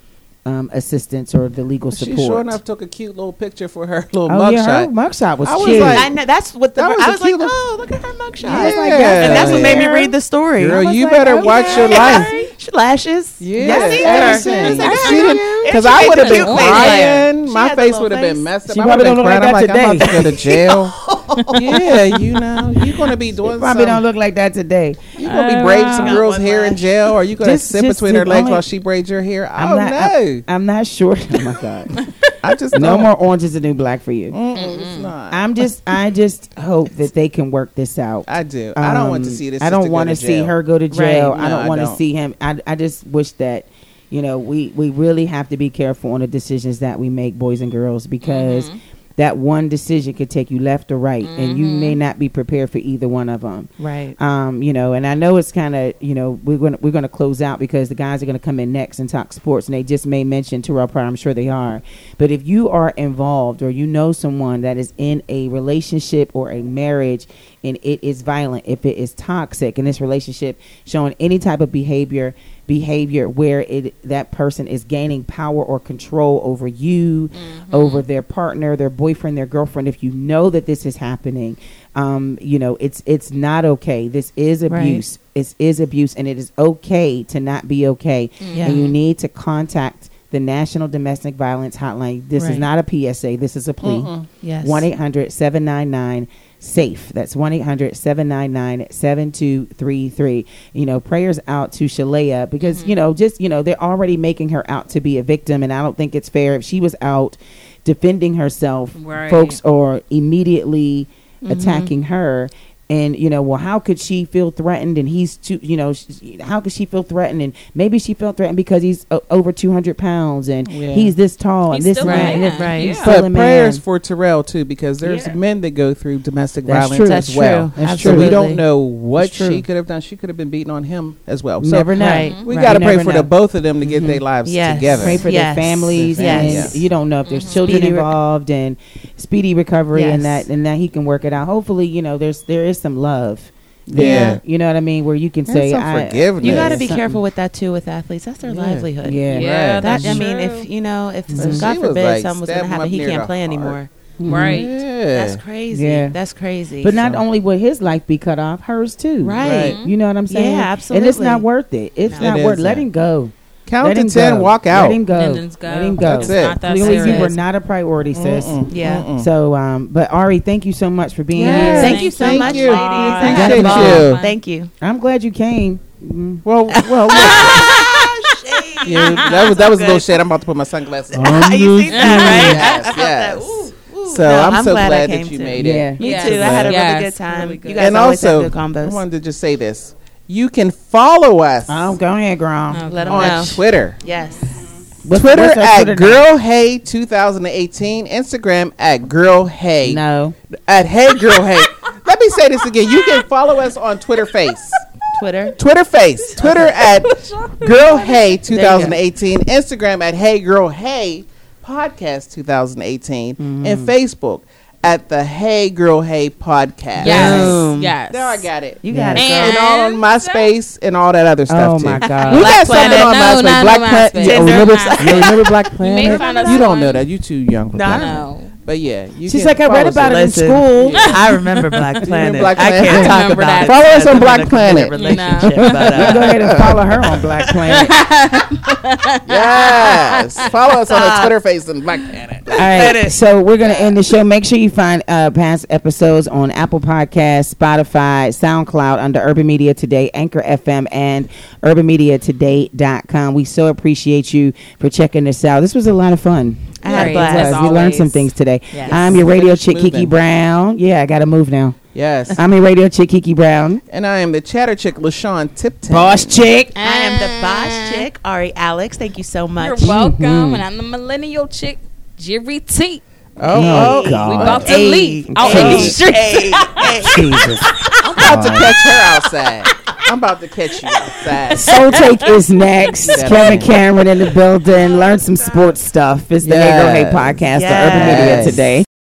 um, assistance or the legal She support. sure enough took a cute little picture for her little oh yeah, her mugshot. mugshot was I was cute. like- I know, that's what the, That was I a was like, cute little- oh, look at her mugshot. I was like, Yeah. that's And that's what made me fair. read the story. Girl, was you like, better okay. watch your life. She lashes. Yeah, That's it. everything. That's She it. didn't- Yeah, Cause she I had would have the been cute face. crying. She My had the face little would have been face. messed up. She I probably would've don't been look like crying. I'm that like, I'm about today. to go to jail. yeah, you know, you're gonna be doing Probably don't something. look like that today. You're gonna be braiding some Got girl's one hair in lash. jail, or you gonna Just- sit just between her the legs only- while she braids your hair. I'm oh not. no, I, am not sure. Oh my god! I, just No don't. more orange is the new black for you. Mm-mm, it's not. I'm just. I just hope that they can work this out. I do. I don't want to Um, see this. I sister don't go want to to see jail. her go to jail. I No, don't I want to don't. see him. I, I just wish that, you know, we, we really have to be careful on the decisions that we make, boys and girls, because that one decision could take you left or right, and you may not be prepared for either one of them. Right. Um, you know, and I know it's kind of you know we're gonna we're gonna close out because the guys are gonna come in next and talk sports, and they just may mention Terrell Pryor. I'm sure they are, but if you are involved or you know someone that is in a relationship or a marriage and it is violent, if it is toxic, and this relationship showing any type of behavior behavior where it that person is gaining power or control over you, Mm-hmm. over their partner, their boyfriend, their girlfriend. If you know that this is happening, um, you know it's it's not okay. This is Right. abuse. It is abuse, and it is okay to not be okay. Mm-hmm. Yeah. And you need to contact the National Domestic Violence Hotline. This is Right. Mm-hmm. not a PSA. This is a plea. Yes. 1 800 799 SAFE. E. That's 1 800 799 7233. You know, prayers out to Shalea because, Mm-hmm. you know, just, you know, they're already making her out to be a victim. And I don't think it's fair if she was out defending herself, Right. Mm-hmm. folks are immediately attacking her. And you know, well, how could she feel threatened? And he's too, you know, sh how could she feel threatened? And maybe she felt threatened because he's o- over two hundred pounds and Yeah. he's this tall He's and this still a man and man. this- Right. he's Yeah. still a But prayers man. for Terrell too, because there's Yeah. men that go through domestic That's violence true. as That's well. true. That's so we Absolutely. don't know what That's true. she could have done. She could have been beaten on him as well. So never know. Right. we Right. got to You pray never for know. the both of them to get their lives Yes. together. Pray for Yes. their families, Yes. and Yes. you don't know if there's children Speedy re- involved, and speedy recovery, and Yes. that and that he can work it out. Hopefully, you know, there's there is some love. Yeah. there, you know what I mean, where you can And say, some I, forgiveness. You got to be Something. careful with that too with athletes. That's their Yeah. livelihood. Yeah, Yeah, Right. That that's I mean, true. if you know, if Mhm. She God was forbid like, something was stab going to him happen, up he near can't the play heart. anymore. Right. Yeah. That's crazy. Yeah. That's crazy. Mm-hmm. But not So- only would his life be cut off, hers too. Right. You know what I'm saying? Yeah, And it's not absolutely. worth it. It's No. not It worth isn't. letting go. Count Let to him ten, go. walk out. Let him go. And then just go. Let him go. It's That's not it. that Clearly, you serious. were not a priority, sis. Mm-mm. Yeah. So, um, but Ari, thank you so much for being Yes. here. Thank you so Thank much, you. ladies. Aw, I had a appreciate ball. you. Thank you. I'm glad you came. Mm. Well, well, well. yeah, that was that was a little shit. I'm about to put my sunglasses on. you see that, right? yes, yes. So No, I'm, I'm so glad I glad, came that you too. made it. Yeah. Me Yes. too. I had a Yes. really good time. Really good. You guys and always also, have good I combos. wanted to just say this: you can follow us Oh, go ahead, girl. Let them on know. Twitter. Yes. What's- Twitter what's our at Twitter name? Girl Hey 2018. Instagram at Girl Hey. No. At Hey Girl Hey. Let me say this again. You can follow us on Twitter Face. Twitter. Twitter Face. Twitter at Girl Hey 2018. Instagram at Hey Girl Hey Podcast 2018. And Facebook at the Hey Girl Hey Podcast. Yes. Boom. Yes. Now I got it. You got it. and And, all on MySpace and all that other stuff Oh, too. my God. We got Black something Planet. on MySpace. No, not on Black MySpace. Planet. Yeah, Tinder. remember, you remember Black Planet? find us you don't on- know that. You too young for I Black Planet. know. But yeah, you She's can like, I follow read us on- about it in Listen. school. I remember Black Planet. Black I Planet? can't talk Remember about that. it. Follow us because on I'm in Black a committed Planet. Relationship, but, uh, go ahead and follow her on Black Planet. Yes. follow us on the Twitter face and Black Planet. All right, so we're gonna end the show. Make sure you find uh, past episodes on Apple Podcasts, Spotify, SoundCloud under Urban Media Today, Anchor FM, and UrbanMediaToday.com. We so appreciate you for checking this out. This was a lot of fun. I had a Right. blast. It was. we learned always. some things today. Yes. I'm your radio Finish chick, Kiki moving. Brown. Yeah, I gotta move now. Yes. I'm your radio chick, Kiki Brown. And I am the chatter chick, LaShawn Tipton. Boss chick. I am the boss chick, Ari Alex. Thank you so You're Mm-hmm. much. welcome. And I'm the millennial chick, Jerry T. Oh, Oh, oh God. We about to Hey. leave out in the streets. Jesus. I'm about to catch her outside. I'm about to catch you outside. Soul Take is next. Yeah. Kevin Cameron in the building. Learn some sports stuff. It's the Hey Girl Hey Yes. podcast, the Urban Yes. Media today.